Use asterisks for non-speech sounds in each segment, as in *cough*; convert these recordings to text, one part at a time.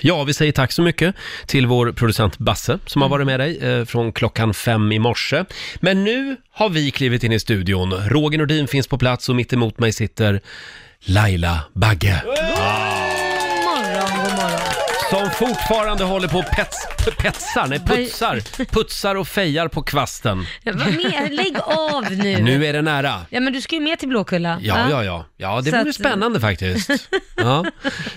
Ja, vi säger tack så mycket till vår producent Basse som har Mm. varit med dig eh, från klockan fem i morse. Men nu har vi klivit in i studion. Roger Nordin finns på plats och mitt emot mig sitter Laila Bagge. God morgon, god morgon. Som fortfarande håller på och pets, p- petsar, nej putsar, putsar och fejar på kvasten. Ja, Vad mer? Lägg av nu. Nu är det nära. Ja, men du ska ju med till Blåkulla. Ja, ja, ja. Ja, det Så vore att- spännande *laughs* faktiskt. Ja.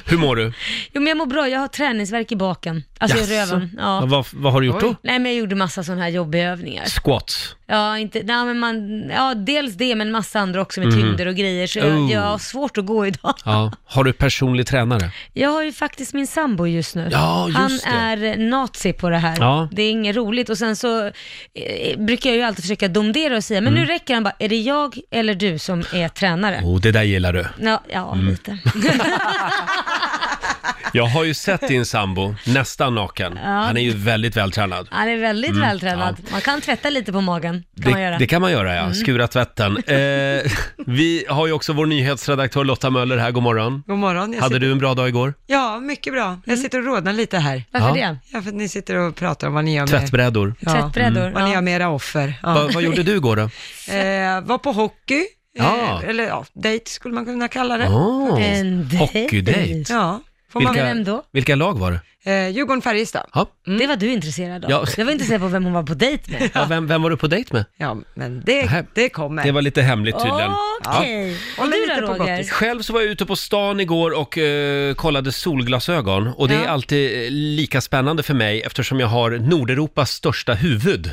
Hur mår du? Jo, men jag mår bra. Jag har träningsvärk i baken. Alltså i Jaså? röven. Ja. Vad, vad har du gjort då? Nej, men jag gjorde massa sådana här jobbiga övningar. Squats. Ja, inte, nej, men man, ja, dels det, men massa andra också med Mm. tyngder och grejer. Så jag, Oh. jag har svårt att gå idag. Ja. Har du personlig tränare? Jag har ju faktiskt min sambo just nu. Ja, just Han det. är nazi på det här. Ja. Det är inget roligt. Och sen så eh, brukar jag ju alltid försöka domdera och säga, men nu räcker han bara, är det jag eller du som är tränare? Mm. Oh, det där gillar du. Ja, ja Mm. lite. Jag har ju sett din sambo, nästan naken. Ja. Han är ju väldigt vältränad. Han är väldigt Mm, vältränad. Man kan tvätta lite på magen. Kan man Det, göra. det kan man göra ja, Mm. skura tvätten. Eh, vi har ju också vår nyhetsredaktör Lotta Möller här, god morgon. God morgon. Jag Hade sitter... du Mm. en bra dag igår? Ja, mycket bra. Jag sitter och rodnar lite här. Varför Ja. det? Ja, för att ni sitter och pratar om vad ni gör med... Tvättbrädor. Ja, Tvättbrädor, Vad ni Mm. ja. gör med era offer. Ja. Va, vad gjorde du igår då? Eh, var på hockey. Ja. Eh, eller ja, dejt skulle man kunna kalla det. Åh, En dejt. hockeydejt. Ja. Får man vem då? vilka lag var det? Eh, Djurgården-Färjestad. Ja. Mm. Det var du intresserad av. Ja. Jag var intresserad på vem hon var på dejt med. Ja, vem, vem var du på dejt med? Ja, men det, det kommer. Det var lite hemligt tydligen. Ja. Okej. Och du då Roger? Själv så var jag ute på stan igår och eh, kollade solglasögon och det är Ja. alltid eh, lika spännande för mig eftersom jag har Nordeuropas största huvud.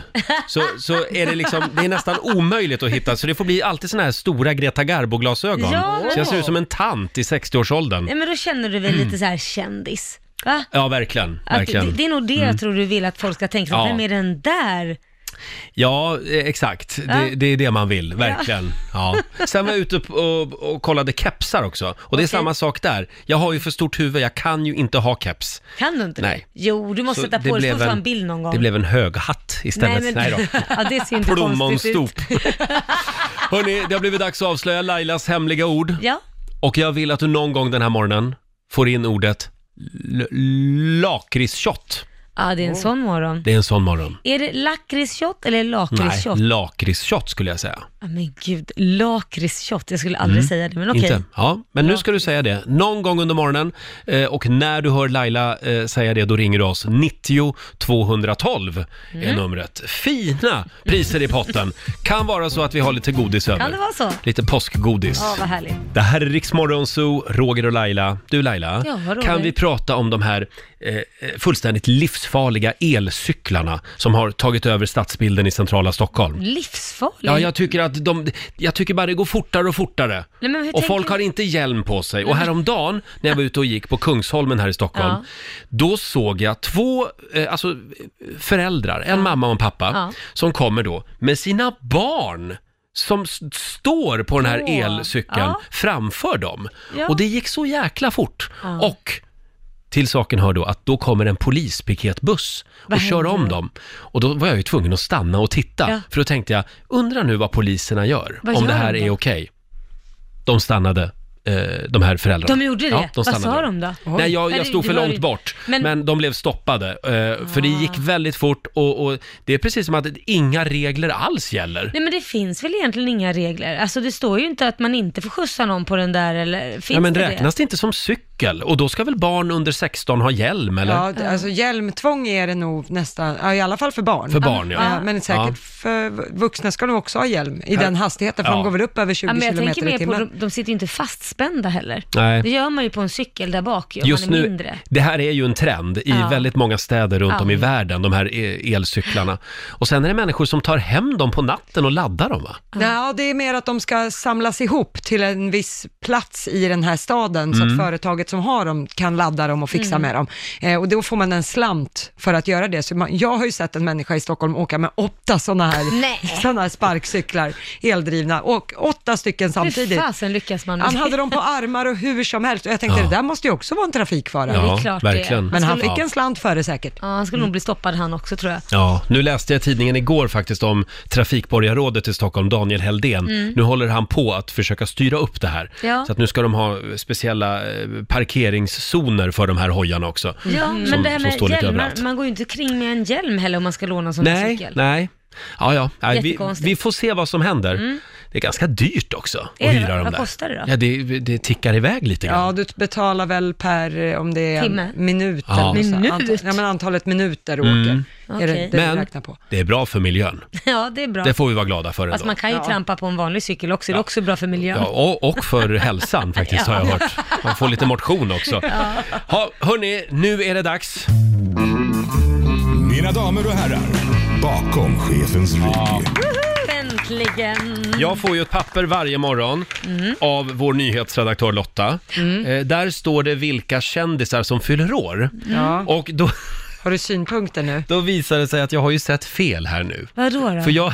Så, så är det liksom, det är nästan omöjligt att hitta så det får bli alltid såna här stora Greta Garbo-glasögon. Ja, men- så jag ser ut som en tant i 60-årsåldern. Nej men då känner du väl lite så här kändis? Va? Ja, verkligen. Att Mm. verkligen. det, det är nog det Mm. jag tror du vill att folk ska tänka, Ja. vem är den där? Ja, eh, exakt. Det, Ja. det är det man vill, verkligen. Ja. Sen var jag ute upp och, och kollade kepsar också. Och det är samma sak där. Jag har ju för stort huvud, jag kan ju inte ha keps. Kan du inte Nej. det? Jo, du måste Så sätta det på dig, blev så får du ta en- en bild någon gång. Det blev en hög hatt istället. Nej, då. ja, *laughs* det ser inte konstigt ut. Plommonstop. *laughs* Hörni, det har blivit dags att avslöja Lailas hemliga ord. Ja. Och jag vill att du någon gång den här morgonen får in ordet l- lakritsshot. ja, det är en sån morgon. Det är en sån morgon. Är det lakritsshot eller Oh. Nej, lakritsshot? lakritsshot skulle jag säga. Ja, Ah, men gud, lakritsshot, jag skulle aldrig Mm. säga det, men okej. Inte. Ja, men nu ska du säga det. Någon gång under morgonen eh, och när du hör Laila eh, säga det, då ringer du oss. 90 212 är Mm. numret. Fina priser i potten. kan vara så att vi har lite godis över. Kan det vara så? Lite påskgodis. Ja, vad härligt. Det här är Riksmorgon Zoo, Roger och Laila. Du Laila, Ja, Roger. kan vi prata om de här eh, fullständigt livsfarliga elcyklarna som har tagit över stadsbilden i centrala Stockholm? Livsfarligt. Ja, jag tycker att de, jag tycker bara det går fortare och fortare. Nej, men hur och tänker folk du? har inte hjälm på sig. Och häromdagen när jag var ute och gick på Kungsholmen här i Stockholm, Ja. då såg jag två eh, alltså, föräldrar, en mamma och en pappa, Ja. som kommer då med sina barn som s- står på den här Åh. elcykeln Ja. framför dem. Ja. Och det gick så jäkla fort. Ja. Och till saken hör då att då kommer en polispiketbuss Vad och kör händer om då? dem. Och då var jag ju tvungen att stanna och titta. Ja. För då tänkte jag, undrar nu vad poliserna gör, Vad om gör det här de är då? okej. De stannade, eh, de här föräldrarna. De gjorde det? Ja, de vad stannade. sa de då? Nej, jag, Eller, jag stod det för var långt ju- bort. Men, Men, Ah. de blev stoppade. Eh, för det gick väldigt fort och, och det är precis som att inga regler alls gäller. Nej men det finns väl egentligen inga regler? Alltså det står ju inte att man inte får skjutsa någon på den där eller finns Ja, men det räknas det inte som cykel? Och då ska väl barn under 16 ha hjälm, eller? Ja, d- alltså hjälmtvång är det nog nästan, ja, i alla fall för barn. För barn, ja. Men säkert Ja. för v- vuxna ska nog också ha hjälm i Här- den hastigheten, för Ja. de går väl upp över det? 20 Ja, men jag kilometer tänker i mer på, timmen. de, de sitter ju inte fastspända heller. Nej. Det gör man ju på en cykel där bak ju, om Just man är nu, mindre. det här är ju en trend i Ja. väldigt många städer runt Ja. om i världen, de här e- elcyklarna. Och sen är det människor som tar hem dem på natten och laddar dem va? Ja, det är mer att de ska samlas ihop till en viss plats i den här staden, så Mm. att företaget som har dem kan ladda dem och fixa Mm. med dem. Eh, och då får man en slant för att göra det. Så man, jag har ju sett en människa i Stockholm åka med åtta sådana Nej. *laughs* här, såna här sparkcyklar, eldrivna, och åtta stycken samtidigt. Hur fasen lyckas man med Han det? hade dem på armar och hur som helst. Och jag tänkte, Ja. det där måste ju också vara en trafikfara. Ja, det är klart det är. verkligen. Men han ja. fick en slant före säkert. Ja, han skulle nog bli stoppad han också tror jag. Ja, nu läste jag i tidningen igår faktiskt om trafikborgarrådet i Stockholm, Daniel Heldén. Nu håller han på att försöka styra upp det här. Mm. Ja. Så att nu ska de ha speciella eh, parkeringszoner för de här hojarna också. Ja, Som- men det här som med står lite hjälmar, överallt. man går ju inte kring med en hjälm heller om man ska låna en sån Nej, cykel. *laughs* nej. Ja, ja. Nej, vi, Jättekonstigt. Mm. vi får se vad som händer. Det är ganska dyrt också Är att det? hyra de Vad där. kostar det då? Ja, det, det tickar iväg lite grann. Ja, du betalar väl per, eh, om det är Timme? en minut Ja. Mm. eller så. Minut? Anta- ja, men antalet minuter du åker. Är det, Okej. det Men du räknar på. det är bra för miljön. Ja, det är bra. Det får vi vara glada för Fast ändå. man kan ju trampa på en vanlig cykel också, det är också bra för miljön. Ja, och, och *laughs* för hälsan faktiskt har jag hört. Man får lite motion också. Ha, hörni, nu är det dags. Mina damer och herrar, bakom chefens rygg. Äntligen! Jag får ju ett papper varje morgon Mm. av vår nyhetsredaktör Lotta. Eh, där står det vilka kändisar som fyller år. Mm. Ja. Och då, Har du synpunkter nu? då visar det sig att jag har ju sett fel här nu. Vadå då? För jag,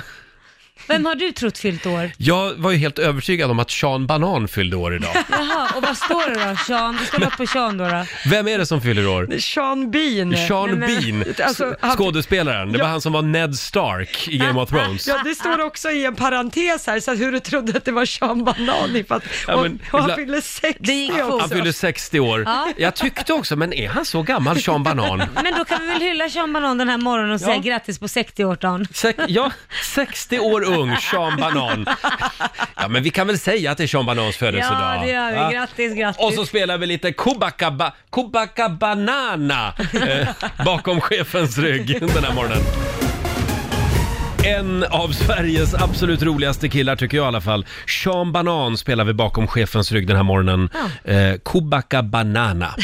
Vem har du trott fyllt år? jag var ju helt övertygad om att Sean Banan fyllde år *laughs* idag. Jaha, och vad står det då? Sean? Du ska låta på Sean då? då. Vem är det som fyller år? Sean Bean. Sean Nej, Bean, *laughs* Alltså, han- skådespelaren. Det var han som var Ned Stark i Game of Thrones. Ja, det står också i en parentes här, så att hur du trodde att det var Sean Banan. i fatt- Ja, och, men och han ibland- fyller 60 Det gick fort. Han också. fyller 60 år. Jag tyckte också, men är han så gammal, Sean Banan? Men då kan vi väl hylla Sean Banan den här morgonen och säga Ja. grattis på 60-årsdagen. Sex, ja, 60 år ung, Sean Banan. Ja, men vi kan väl säga att det är Sean Banans födelsedag. Ja, det gör vi. va? Grattis, grattis. Och så spelar vi lite Kubaka, Kubaka Banana *laughs* eh, bakom chefens rygg den här morgonen. En av Sveriges absolut roligaste killar tycker jag i alla fall. Sean Banan spelar vi bakom chefens rygg den här morgonen. Eh, Kubaka Banana.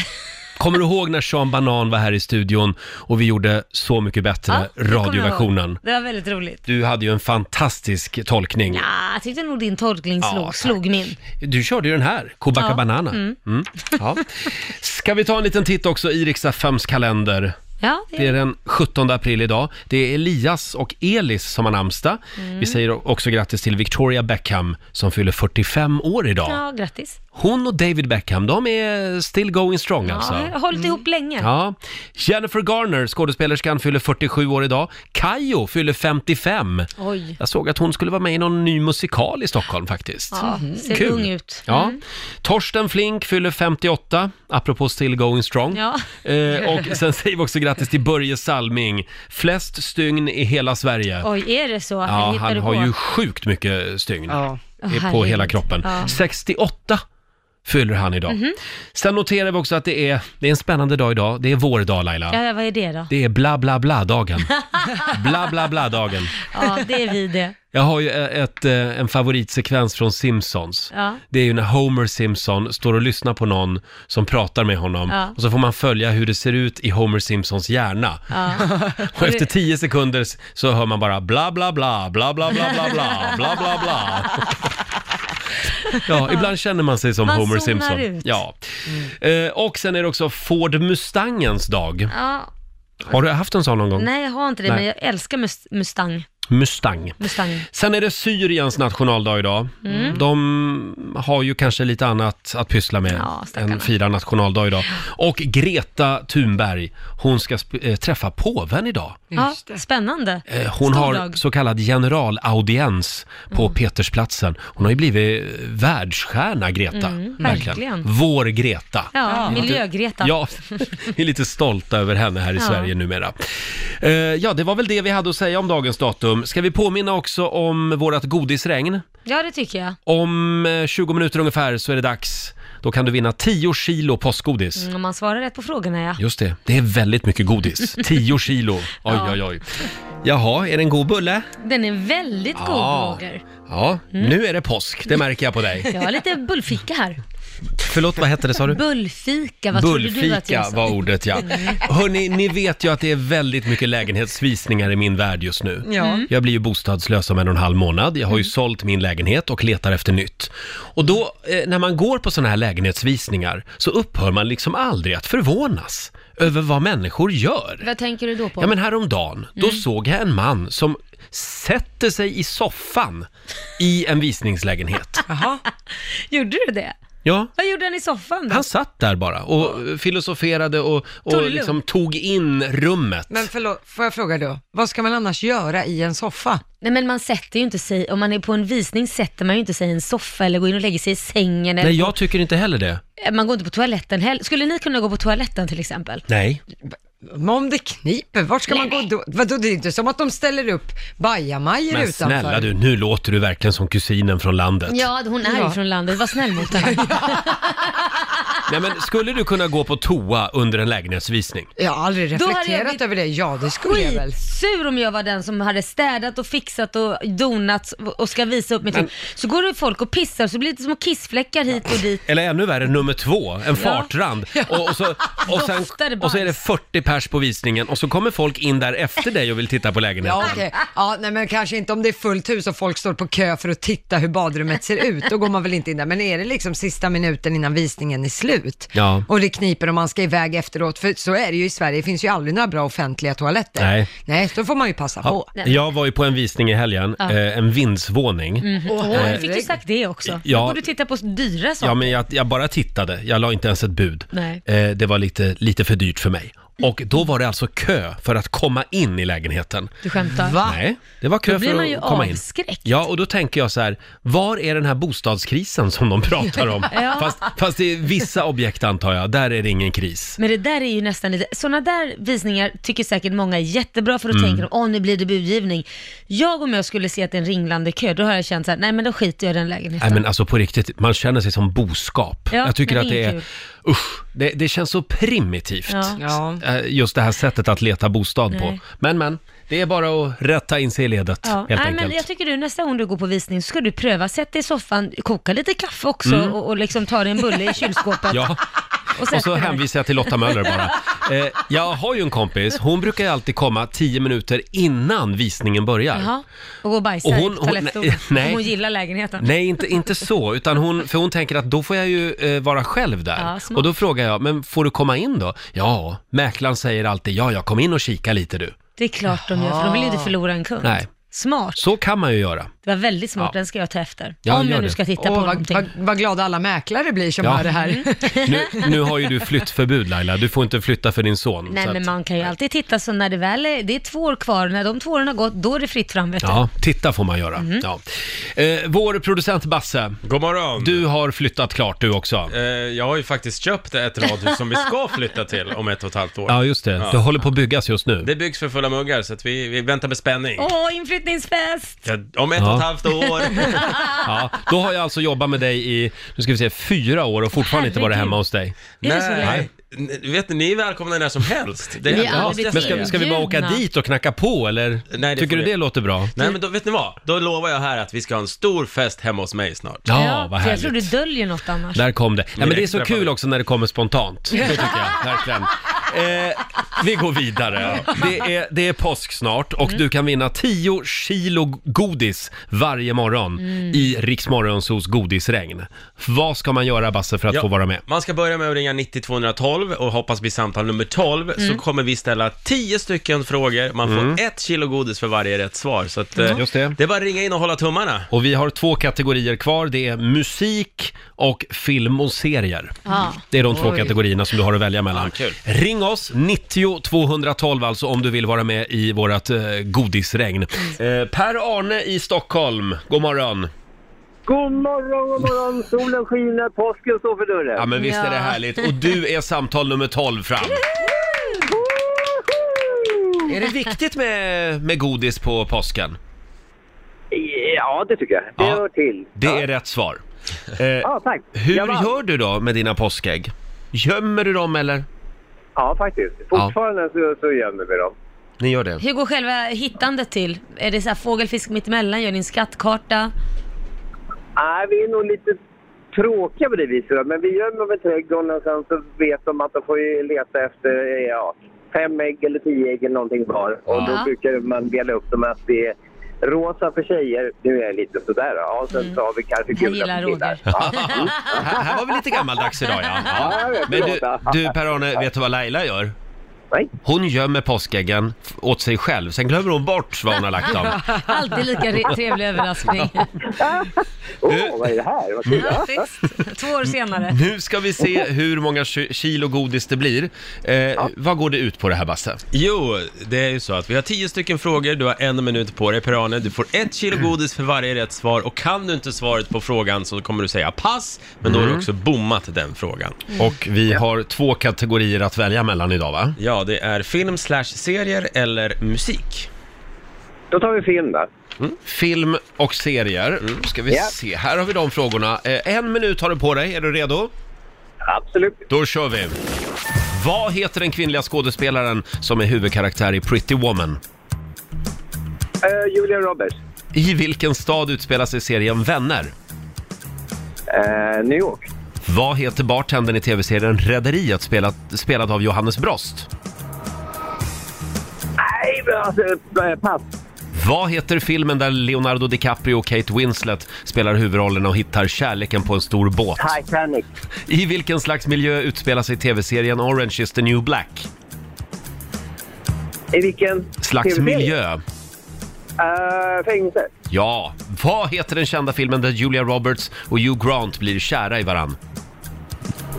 Kommer du ihåg när Sean Banan var här i studion och vi gjorde Så mycket bättre, Ja, det kommer jag radioversionen? ihåg. Det var väldigt roligt. Du hade ju en fantastisk tolkning. Ja, jag tyckte nog din tolkning slog, tack. slog min. Du körde ju den här, Kobaka Ja. Banana. Mm. Ja. Ska vi ta en liten titt också i Riksaffems kalender? Ja, det Det är den 17 april idag. Det är Elias och Elis som har namnsdag. Mm. Vi säger också grattis till Victoria Beckham som fyller 45 år idag. Ja, grattis. Hon och David Beckham, de är still going strong Ja, alltså. jag har hållit ihop länge. Ja. Jennifer Garner, skådespelerskan, fyller 47 år idag. Kayo fyller 55. Oj. Jag såg att hon skulle vara med i någon ny musikal i Stockholm faktiskt. Ja, ser Mm. Kul. ung ut. Ja. Torsten Flink fyller 58, apropå still going strong. Ja. Eh, och sen säger vi också grattis till Börje Salming, flest stygn i hela Sverige. Oj, är det så? Ja, hittar han du har på? ju sjukt mycket stygn Ja. i- Åh, på herregud. hela kroppen. Ja. Mhm. 68 fyller han idag. Sen noterar vi också att det är, det är en spännande dag idag. Det är vår dag Laila. Ja, ja, vad är det då? Det är bla bla bla-dagen. *laughs* bla bla bla-dagen. Ja, det är vi det. Jag har ju ett, eh, en favoritsekvens från Simpsons. Ja. Det är ju när Homer Simpson står och lyssnar på någon som pratar med honom Ja. och så får man följa hur det ser ut i Homer Simpsons hjärna. *laughs* Och efter tio sekunder s- så hör man bara bla bla bla, bla bla bla bla bla, bla bla *laughs* bla. Ja, ibland känner man sig som Man Homer zonar Simpson. ut. Ja. Eh, och sen är det också Ford Mustangens dag. Ja, Har du haft en sån någon gång? nej, jag har inte det, Nej. men jag älskar mus- Mustang. Mustang. Mustang. Sen är det Syriens nationaldag idag. Mm. De har ju kanske lite annat att pyssla med Ja, stackarna. än fira nationaldag idag. Och Greta Thunberg, hon ska sp- eh, träffa påven idag. Ja, Just det. spännande. Eh, Hon Stor har dag. Mm. så kallad generalaudiens på Petersplatsen. Hon har ju blivit eh, världsstjärna, Greta. Mm, verkligen. Vår Greta. Ja, miljögreta. Ja, *laughs* vi är lite stolta över henne här i Ja. Sverige numera. Eh, ja, det var väl det vi hade att säga om dagens datum. Ska vi påminna också om vårt godisregn? ja, det tycker jag. Om eh, 20 minuter ungefär så är det dags. Då kan du vinna 10 kilo påskgodis. Mm, Om man svarar rätt på frågorna, ja. Just det, det är väldigt mycket *laughs* godis. 10 kilo. Oj, Ja. oj, oj. Jaha, är det en god bulle? Den är väldigt god, Ja. Roger. Ja, Mm. nu är det påsk, det märker jag på dig. Jag har lite bullfika här. Förlåt, vad hette det sa du? Bullfika, vad trodde du att Bullfika jag sa? Mm. var ordet ja. Hörni, ni vet ju att det är väldigt mycket lägenhetsvisningar i min värld just nu. Ja. Mm. Jag blir ju bostadslös om en och en halv månad. Jag har ju sålt min lägenhet och letar efter nytt. Och då, eh, när man går på sådana här lägenhetsvisningar, så upphör man liksom aldrig att förvånas över vad människor gör. Vad tänker du då på? Ja men häromdagen, då Mm. såg jag en man som sätter *laughs* sig i soffan i en visningslägenhet. Jaha. Gjorde du det? Ja, Vad gjorde han i soffan då? han satt där bara och eh, filosoferade och, Tog och det liksom tog in rummet. Men förlåt, får jag fråga då, vad ska man annars göra i en soffa? Nej men man sätter ju inte sig, om man är på en visning sätter man ju inte sig i en soffa eller går in och lägger sig i sängen. Eller Nej, jag tycker inte heller det. Man går inte på toaletten heller. Skulle ni kunna gå på toaletten till exempel? Nej. Men om det kniper, vart ska man gå då? Vadå, det är inte som att de ställer upp bajamajor Men utanför. snälla du, nu låter du verkligen som kusinen från landet. Ja, hon är Ja. ju från landet. Var snäll mot henne. Nej men skulle du kunna gå på toa under en lägenhetsvisning? Jag har aldrig Då hade jag reflekterat blivit över det. Ja, det skulle jag väl. Skitsur om jag var den som hade städat och fixat och donat och ska visa upp mitt hem. Så går det folk och pissar så blir det som kissfläckar hit och dit. Eller ännu värre, nummer två, en fartrand. Och, och, så, och, sen, Doftar det bajs. och så är det 40 pers på visningen och så kommer folk in där efter dig och vill titta på lägenheten. Ja, okej. ja, nej men kanske inte om det är fullt hus och folk står på kö för att titta hur badrummet ser ut, då går man väl inte in där. Men är det liksom sista minuten innan visningen är slut Ja. och det kniper och man ska iväg efteråt, för så är det ju i Sverige, det finns ju aldrig några bra offentliga toaletter. Nej. Nej, då får man ju passa på. Ja, jag var ju på en visning i helgen, eh, en vindsvåning. Mm. Åh, Eh, Åh, jag herregud. fick ju sagt det också. Ja. Då borde du titta på dyra saker. Ja, men jag, jag bara tittade. Jag la inte ens ett bud. Nej. Mm. Eh, det var lite, lite för dyrt för mig. Och då var det alltså kö för att komma in i lägenheten. Du skämtar. Va? Nej, det var kö Då blir för man ju att komma in. avskräckt. Ja, och då tänker jag så här, var är den här bostadskrisen som de pratar om? *laughs* Ja. Fast, fast i vissa objekt antar jag, där är det ingen kris. Men det där är ju nästan lite, sådana där visningar tycker säkert många är jättebra för att Mm. tänka åh nu blir det budgivning. Jag om jag skulle se att det är en ringlande kö, då har jag känt såhär, nej men då skiter jag i den lägenheten. Nej men alltså på riktigt, man känner sig som boskap. Ja, jag tycker men att det det är är, usch, det, det känns så primitivt. Ja. Ja. Eh, Just det här sättet att leta bostad på. Nej. Men men, det är bara att rätta in sig i ledet Ja. helt Nej, enkelt. men jag tycker du nästa gång du går på visning så ska du pröva, sätt dig i soffan, koka lite kaffe också och, och liksom ta dig en bulle i kylskåpet. Mm. *laughs* *laughs* Ja. Och sätter så dig. hänvisar jag till Lotta Möller *laughs* bara. Eh, jag har ju en kompis, hon brukar ju alltid komma tio minuter innan visningen börjar. Jaha. Och gå och bajsa Och och hon- i hon- toalettstolen, nej. om hon gillar lägenheten. Nej, inte, inte så, utan hon, för hon tänker att då får jag ju eh, vara själv där. Ja, smart. och då frågar jag, men får du komma in då? Ja, mäklaren säger alltid, ja, jag kom in och kika lite du. Det är klart de gör, för de vill ju inte förlora en kund. Nej. Smart, Så kan man ju göra. det var väldigt smart, Ja. den ska jag ta efter. Ja, om gör jag nu det. ska titta på Åh, vad, någonting. Mm. vad, vad glada alla mäklare blir som Ja. hör det här. *laughs* Nu, nu har ju du flyttförbud Laila, du får inte flytta för din son. så Nej att- men man kan ju alltid titta så när det väl är, det är två år kvar, när de två åren har gått, då är det fritt fram vet du. Ja, titta får man göra. Mhm. Ja. Eh, vår producent Basse, God morgon. du har flyttat klart du också. Eh, jag har ju faktiskt köpt ett radhus som vi ska flytta till om ett och ett halvt år. Ja, just det. Det håller på att byggas just nu. Det byggs för fulla muggar så att vi, vi väntar med spänning. Åh, inflyttningsfest! Ja, Om ett Ja. och ett halvt *laughs* år. Ja, då har jag alltså jobbat med dig i, nu ska vi se, fyra år och fortfarande inte varit Herregud. hemma hos dig. Är det så länge? Nej. N- Vet ni, ni är välkomna när som helst. Det Vi är måste aldrig jag Men säga. ska, ska vi bara åka Inbjudna. dit och knacka på eller? Nej, det Tycker får du vi- det låter bra? Nej men då, vet ni vad? Då lovar jag här att vi ska ha en stor fest hemma hos mig snart. Ja, vad för jag härligt. tror du döljer något annars. Där kom det. Ja, men det är så Direkt träffade. kul också när det kommer spontant. Det tycker jag, verkligen. Eh, vi går vidare. Det är, det är påsk snart och du kan vinna 10 kilo godis varje morgon i Riksmorgonsos godisregn. Vad ska man göra Basse för att Ja. få vara med? Man ska börja med att ringa 90212 och hoppas bli samtal nummer 12 Mm. så kommer vi ställa 10 stycken frågor. Man får Mm. ett kilo godis för varje rätt svar. Så att, eh, Just det. det är bara att ringa in och hålla tummarna. Och vi har två kategorier kvar. Det är musik och film och serier. Ja. Det är de två kategorierna som du har att välja mellan. Ja, kul. Ring oss, 90 212 alltså, om du vill vara med i vårt eh, godisregn. Eh, Per-Arne i Stockholm, god morgon. God morgon, god morgon! Solen skiner, påsken står för dörren. Ja, men visst är det Ja. härligt. Och du är samtal nummer 12 fram. Är det viktigt med, med godis på påsken? Ja, det tycker jag. Det Ja. hör till. Det är rätt svar. Ja, tack. Hur Jag vann. gör du då med dina påskägg? Gömmer du dem eller? Ja, faktiskt. Fortfarande så, så gömmer vi dem. Ni gör det? Hur går själva hittandet till? Är det så här fågelfisk mittemellan? Gör ni en skattkarta? Nej, vi är nog lite tråkiga på det viset, då, men vi gömmer dem i trädgården och sen så vet de att de får ju leta efter ja, fem ägg eller tio ägg eller någonting var. Och Ja. då brukar man dela upp dem att det är rosa för tjejer, nu är jag lite sådär, ja, och sen så har vi kanske Jag gula gillar för killar. Roger. Ja. Här, här var vi lite gammaldags idag ja. Ja, jag vet, *laughs* Men du, förlåt, ja. du Per-Arne, vet du vad Laila gör? Nej. Hon gömmer påskäggen f- åt sig själv, sen glömmer hon bort var hon har lagt dem. Alltid lika re- trevlig överraskning. Åh, Du- vad är det här? Vad kul. Ja, visst. Två år senare. Nu ska vi se hur många ki- kilo godis det blir. Eh, Vad går det ut på det här Basse? Jo, det är ju så att vi har tio stycken frågor, du har en minut på dig per Arne. Du får ett kilo godis för varje rätt svar och kan du inte svaret på frågan så kommer du säga pass, men då har Mm. du också bommat den frågan. Och vi har två kategorier att välja mellan idag va? Ja, det är film slash serier eller musik. Då tar vi film där. Film och serier. Ska vi Ja. se, här har vi de frågorna. Eh, en minut har du på dig, är du redo? Absolut. Då kör vi! Vad heter den kvinnliga skådespelaren som är huvudkaraktär i Pretty Woman? Eh, Julia Roberts. I vilken stad utspelar sig serien Vänner? Eh, New York. Vad heter bartendern i tv-serien Rederiet spelat, spelad av Johannes Brost? Nej, men alltså, eh, pass. Vad heter filmen där Leonardo DiCaprio och Kate Winslet spelar huvudrollerna och hittar kärleken på en stor båt? Titanic. I vilken slags miljö utspelar sig tv-serien Orange is the new black? I vilken? Slags TV-serie? miljö? Eh, fängelse. Ja. Vad heter den kända filmen där Julia Roberts och Hugh Grant blir kära i varann?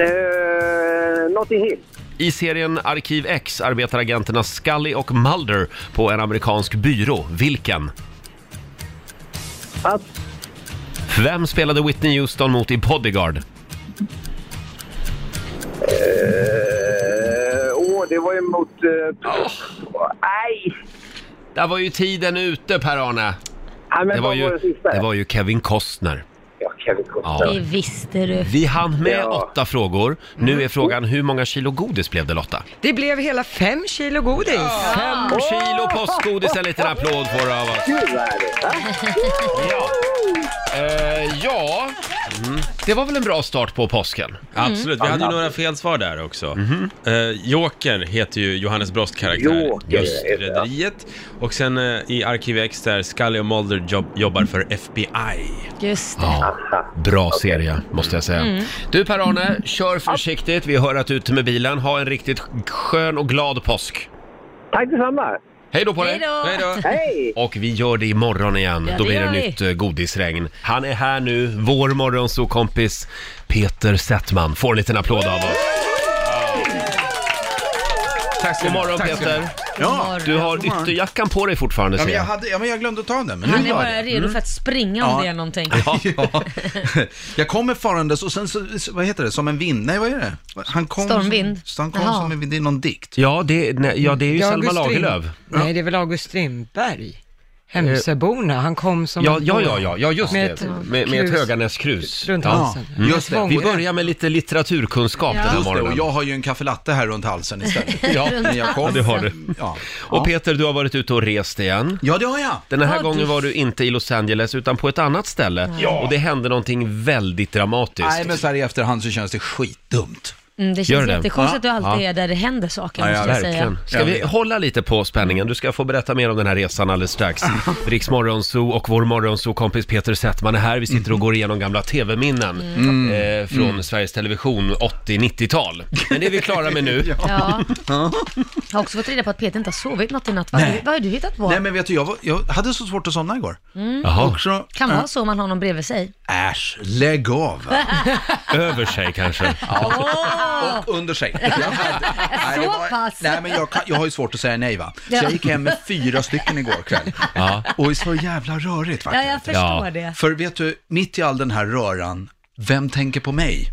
Uh, Notting Hill. I serien Arkiv X arbetar agenterna Scully och Mulder på en amerikansk byrå. Vilken? Pass. Vem spelade Whitney Houston mot i Bodyguard? Eh, Åh, det var ju mot... eh, Ah. Nej! Där var ju tiden ute Per-Arne. Nej, men Det var, vad ju, det sista? det var ju Kevin Costner. Ja, Kevin Costner. Ja. Det visste du. Vi hann med Ja. Mm. åtta frågor. Nu är frågan hur många kilo godis blev det Lotta? Det blev hela fem kilo godis. Fem kilo påskgodis, en liten applåd får du av oss. Gud, vad är det? va? Ja, eh, ja. Mm. det var väl en bra start på påsken. Absolut, vi hade ju några felsvar där också. Mhm. Eh, Jokern heter ju Johannes Brost karaktär, Jokern, just heter det, ja. Rederiet. Och sen eh, i Arkiv X där Scully och Mulder jobb, jobbar för FBI. Just det. Ja, bra serie måste jag säga. Mm. Du Per-Arne, kör försiktigt. Vi har att ut med bilen. Ha en riktigt skön och glad påsk. Tack detsamma! Hej då på dig! Hej då! Hej då! Hej! Och vi gör det imorgon igen. Ja, Då det blir det gör vi. nytt eh, godisregn. Han är här nu, vår morgonsåkompis Peter Settman. Får en liten applåd av oss. Tack God morgon Tack ska Peter. Ja, Du har God morgon. ytterjackan på dig fortfarande ja, men ser jag, jag. hade, ja, men jag glömde att ta den, men Han nu är var bara det. redo för att springa om Ja. det är någonting. Ja. *laughs* Jag kommer farandes och sen så, så- vad heter det, som en vind, nej vad är det? Han kom Stormvind. Som, han kom Jaha. som en vind, det är någon dikt. Ja, det, nej, ja, det är ju Selma August Strindberg. Lagerlöf. Nej, det är väl August Strindberg? Hemsöborna, han kom som... Ja, en ja, båt ja, ja, ja just Med det. ett Med, med ett krus. Höganäskrus. Runt Ja, halsen. just det. Mm. Vi börjar med lite litteraturkunskap den här Just det, och morgonen. jag har ju en kaffelatte här runt halsen istället. *laughs* Ja. Men jag kom. Ja, det har du. Ja. Och Peter, du har varit ute och rest igen. ja, det har jag. Den här Ja, gången du- var du inte i Los Angeles utan på ett annat ställe. Och det hände någonting väldigt dramatiskt. Nej, men så här i efterhand så känns det skitdumt. Mm, det Gör känns det. jättekonstigt Ja. att du alltid är där det händer saker, Ja, ja, måste jag säga. Verkligen. Ska Jag vi vet. hålla lite på spänningen? Du ska få berätta mer om den här resan alldeles strax. Riks Morgonzoo och vår Morgonzoo-kompis Peter Settman är här. Vi Mm. sitter och går igenom gamla tv-minnen eh, från Sveriges Television 80-90-tal. Men det är vi klara med nu. *laughs* Ja. Jag har också fått reda på att Peter inte har sovit något i natt. va? Nej. Vad har du hittat på? Nej, men vet du, jag, var, jag hade så svårt att somna igår. Jaha, Också, Kan vara så om man har någon bredvid sig. äsch, lägg av. över sig kanske. Och under *laughs* sig. Jag hade, nej, det var- pass. Nej, men jag, kan, jag har ju svårt att säga nej va. Så Ja. jag gick hem med fyra stycken igår kväll. Ja. Och det är så jävla rörigt Ja, faktiskt. jag förstår Ja. det. För vet du, mitt i all den här röran, vem tänker på *laughs* mig?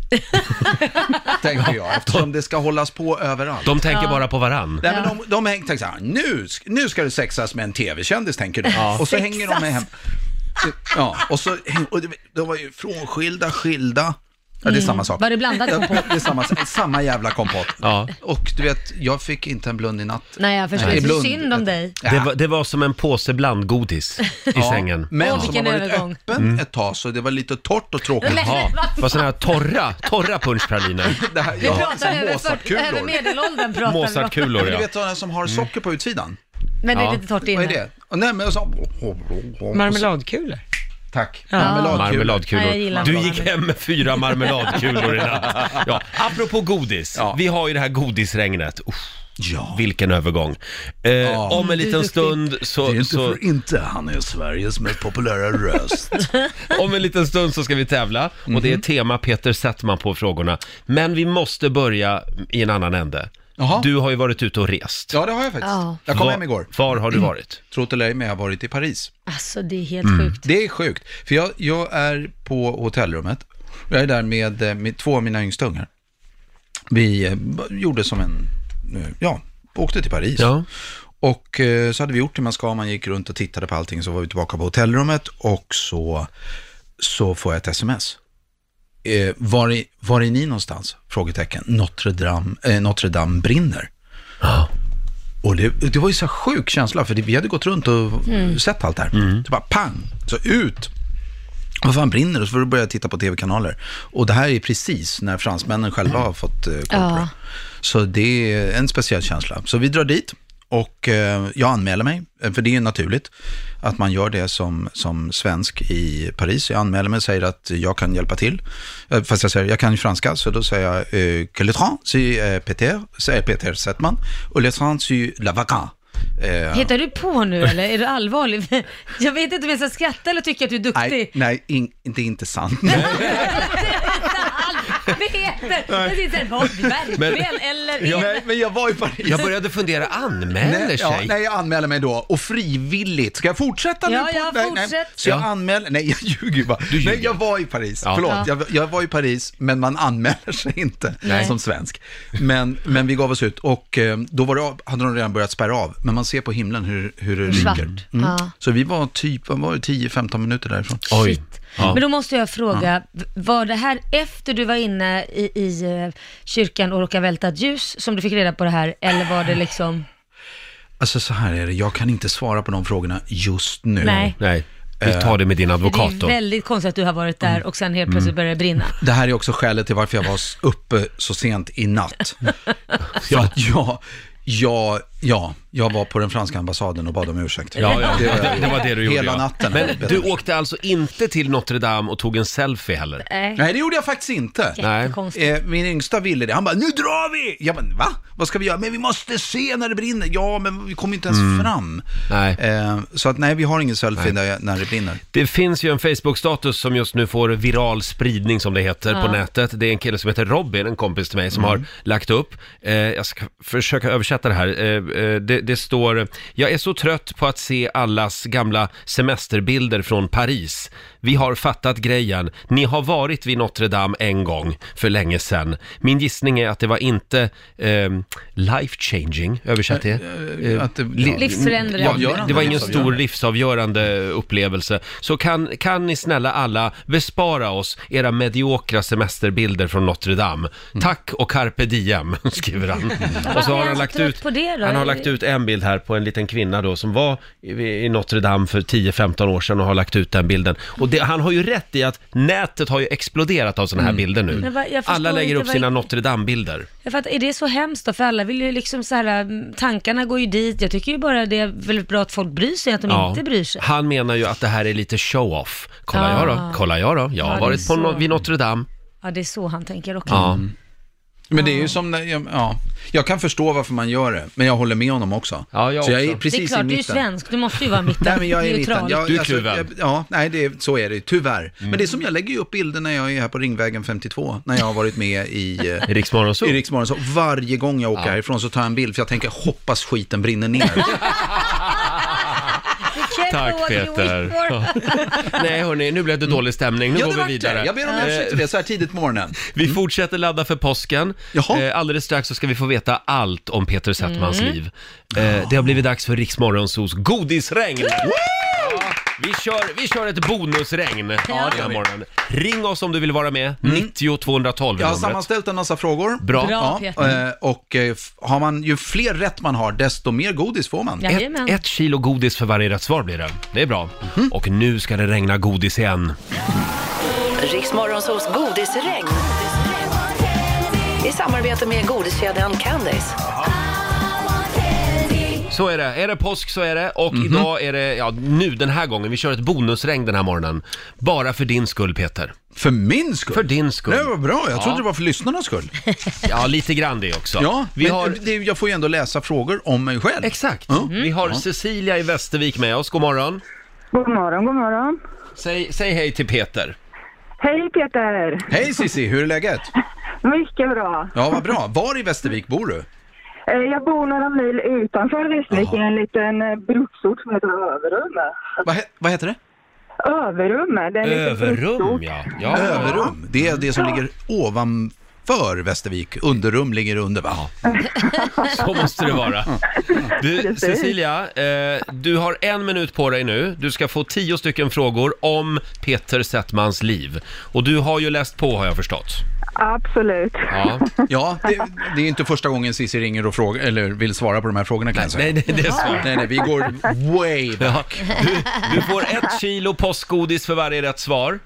tänker jag, eftersom det ska hållas på överallt. De tänker bara på varann. Nej, men de, de häng, tänker så här, nu, sk- nu ska du sexas med en tv-kändis, tänker de. Och så hänger de med hem. Ja, och så, häng- och det, de var ju frånskilda, skilda. Ja, det är samma sak. Mm. Var det blandad Ja, kompott? Det är samma, samma jävla kompott. Ja. Och du vet, jag fick inte en blund i natt. Nej, jag förstår. Nej, Det är blund. synd om dig. Det var, det var som en påse blandgodis i sängen. Men Åh, som har vilken varit övergång. öppen Mm. ett tag, så det var lite torrt och tråkigt. Ja, det var sådana här torra, torra punschpraliner. Det här, Vi jag har pratar över, för, Mozartkulor. över medelåldern. Pratar vi om. Mozartkulor Du ja. Mm. vet sådana som har socker på utsidan? Men det Ja. är lite torrt inne. Vad är det? Och nej, men så... Marmeladkulor. Tack. Marmeladkulor. Nej, jag gillar du inte gick marmelad. hem med *laughs* fyra marmeladkulor i natt. Ja. Apropå godis, Ja. vi har ju det här godisregnet. Uff. Ja. Vilken övergång. Eh, Om en liten stund Det är så, inte så, för inte han är Sveriges mest populära röst. om en liten stund så ska vi tävla och Mhm. det är tema Peter Settman på frågorna. Men vi måste börja i en annan ände. Jaha. Du har ju varit ute och rest. *laughs* Ja, det har jag faktiskt. Ja. Jag kom Var- hem igår. *laughs* Var har du varit? Tro det eller ej, men jag har varit i Paris. Alltså det är helt sjukt. Det är sjukt, för jag, jag är på hotellrummet. Jag är där med, eh, med två av mina yngsta ungar. Vi eh, b- gjorde som en, eh, ja, åkte till Paris. Ja. Och eh, så hade vi gjort det man ska, man gick runt och tittade på allting, så var vi tillbaka på hotellrummet och så, så får jag ett sms. Eh, var, är, var är ni någonstans? Frågetecken. Notre Dame, eh, Notre Dame brinner. Och det, det var ju så här sjuk känsla, för det, vi hade gått runt och sett allt det här. Så bara pang, så ut. Vad fan brinner det? Så får du börja titta på tv-kanaler. Och det här är precis när fransmännen själva har fått eh, koll på Ja. det. Så det är en speciell känsla. Så vi drar dit och eh, jag anmäler mig, eh, för det är naturligt att man gör det som, som svensk i Paris. Jag anmäler mig och säger att jag kan hjälpa till. Eh, Fast jag säger, jag kan ju franska, så då säger jag eh, que le train, c'est eh, Peter, säger Peter Settman, och le train, c'est la vacance. Eh, Hittar du på nu eller är du allvarlig? *laughs* Jag vet inte om jag ska skratta eller tycka att du är Nej, duktig. nej, in, det är inte sant. *laughs* Peter! Jag sitter här, vad verkligen eller är det- men jag var i Paris. Jag började fundera, anmäler Nej, sig? ja, nej, jag anmäler mig då och frivilligt. Ska jag fortsätta nu? Ja, på- ja, nej, Nej. fortsätt. Så jag Ja. anmäler, nej jag ljuger ju bara. Nej, jag var i Paris, Ja. förlåt. Ja. Jag, jag var i Paris, men man anmäler *laughs* sig inte som svensk. Men, men vi gav oss ut och eh, då var det, av- hade de redan börjat spärra av, men man ser på himlen hur, hur det Svart. ryker. Mm. Ja. Så vi var typ, vad var det, 10-15 minuter därifrån. Oj. Shit. Men då måste jag fråga, var det här efter du var inne i, i eh, kyrkan och råkade välta ett ljus som du fick reda på det här, eller var det liksom... Alltså så här är det, jag kan inte svara på de frågorna just nu. Nej. Nej, vi Eh. tar det med din Det advokat är då. väldigt konstigt att du har varit där och sen helt plötsligt börjar det brinna. Det här är också skälet till varför jag var s- uppe så sent i natt. För att jag, jag, ja, jag var på den franska ambassaden och bad om ursäkt. Ja, ja. Det var jag Det, det var det du gjorde. Hela ja. natten. Men Jag ber du om ursäkt. åkte alltså inte till Notre Dame och tog en selfie heller? Nej, Nej, det gjorde jag faktiskt inte. Nej. konstigt. Eh, min yngsta ville det. Han bara, nu drar vi! Jag bara, va? Vad ska vi göra? Men vi måste se när det brinner. Ja, men vi kommer inte ens fram. Mm. Nej. Eh, så att nej, vi har ingen selfie där, när det brinner. Det finns ju en Facebook-status som just nu får viral spridning som det heter på nätet. Det är en kille som heter Robin, en kompis till mig, som har lagt upp. Eh, jag ska försöka översätta det här. Eh, eh, det, det står, jag är så trött på att se allas gamla semesterbilder från Paris. Vi har fattat grejen. Ni har varit vid Notre Dame en gång för länge sedan. Min gissning är att det var inte eh, life changing, översatt det. Eh, Att det- li- Livsförändrande. Ja, Avgörande, det var ingen livsavgörande. stor livsavgörande upplevelse. Så kan, kan ni snälla alla bespara oss era mediokra semesterbilder från Notre Dame. Tack och carpe diem, *laughs* skriver han. Och så Mm. är har han han så lagt trött ut, på det då? han har lagt ut en bild här på en liten kvinna då som var i i Notre Dame för 10-15 år sedan och har lagt ut den bilden. Och det, han har ju rätt i att nätet har ju exploderat av sådana här bilder nu. Mm. Men vad- jag förstår Alla lägger inte, upp vad- sina Notre Dame-bilder. Jag fattar, är det så hemskt då? För alla vill ju liksom så här, mm, tankarna går ju dit. Jag tycker ju bara det är väldigt bra att folk bryr sig, att de Ja. inte bryr sig. Han menar ju att det här är lite show-off. Kolla Ah. jag då, kolla jag då. Jag har Ja, varit på det är no- så. vid Notre Dame. Ja, det är så han tänker också. Ja. Men det är ju som, när- ja, jag kan förstå varför man gör det, men jag håller med honom också. Ja, jag så jag också. är Det är precis i klart, du är ju mitten. svensk, du måste ju vara mitten. Nej, men jag är i Neutral. mitten. Jag, alltså, Du är kluven. Mm. jag- ja, nej, det, är- så är det ju, tyvärr. Men det är som jag lägger ju upp bilder när jag är här på Ringvägen 52, när jag har varit med *laughs* i... eh, I Rix Morgon Zoo. I Rix Morgon Zoo. Varje gång jag åker härifrån så tar jag en bild, för jag tänker hoppas skiten brinner *laughs* ner. Tack, Peter. Nej hörni, nu blev det dålig stämning. Nu ja, det går var vi vidare. det. Jag ber om ursäkt för det, så här tidigt på morgonen. Vi fortsätter ladda för påsken. Jaha. Eh, alldeles strax så ska vi få veta allt om Peter Settmans Mm. liv. Eh, det har blivit dags för Rix Morgonzoos godisregn. Ja, Vi kör, vi kör ett bonusregn den här morgonen. Ring oss om du vill vara med. Mm. 90 212 är Jag har numret. sammanställt en massa frågor. Bra. Bra, Peter. eh, och eh, f- har man, ju fler rätt man har, desto mer godis får man. Jajamän. Ett, ett kilo godis för varje rätt svar blir det. Det är bra. Mhm. Och nu ska det regna godis igen. Riksmorgonsols godisregn. I samarbete med godiskedjan Candice. Så Så är det. Är det påsk så är det. Och idag är det, ja nu den här gången, vi kör ett bonusregn den här morgonen. Bara för din skull Peter. För min skull? För din skull. Nej, vad bra. Jag trodde Ja. det var för lyssnarnas skull. *laughs* Ja, lite grann det också. Ja, vi men har... det, jag får ju ändå läsa frågor om mig själv. Exakt. Ja. Vi har Cecilia i Västervik med oss. God morgon. God morgon, god morgon. Säg, säg hej till Peter. Hej Peter! Hej Sissi, hur är läget? *laughs* Mycket bra. Ja, vad bra. Var i Västervik bor du? Eh, Jag bor några mil utanför Västervik i en liten eh, bruksort som heter Överumme. Vad, he- vad heter det? Överumme, det är en liten bruksort. Överrum ja. ja. Överum. Det är det som ligger ovanför Västervik. Underrum ligger under, va? Så måste det *laughs* vara. Du, Cecilia, eh, du har en minut på dig nu. Du ska få tio stycken frågor om Peter Settmans liv. Och du har ju läst på har jag förstått. Absolut. Ja. Ja, det, det är inte första gången Sissi ringer och frågar, eller vill svara på de här frågorna kan jag säga. Nej, nej, det är svårt. Nej, nej, vi går way back. Ja. Du, du *laughs* får ett kilo påskgodis för varje rätt svar.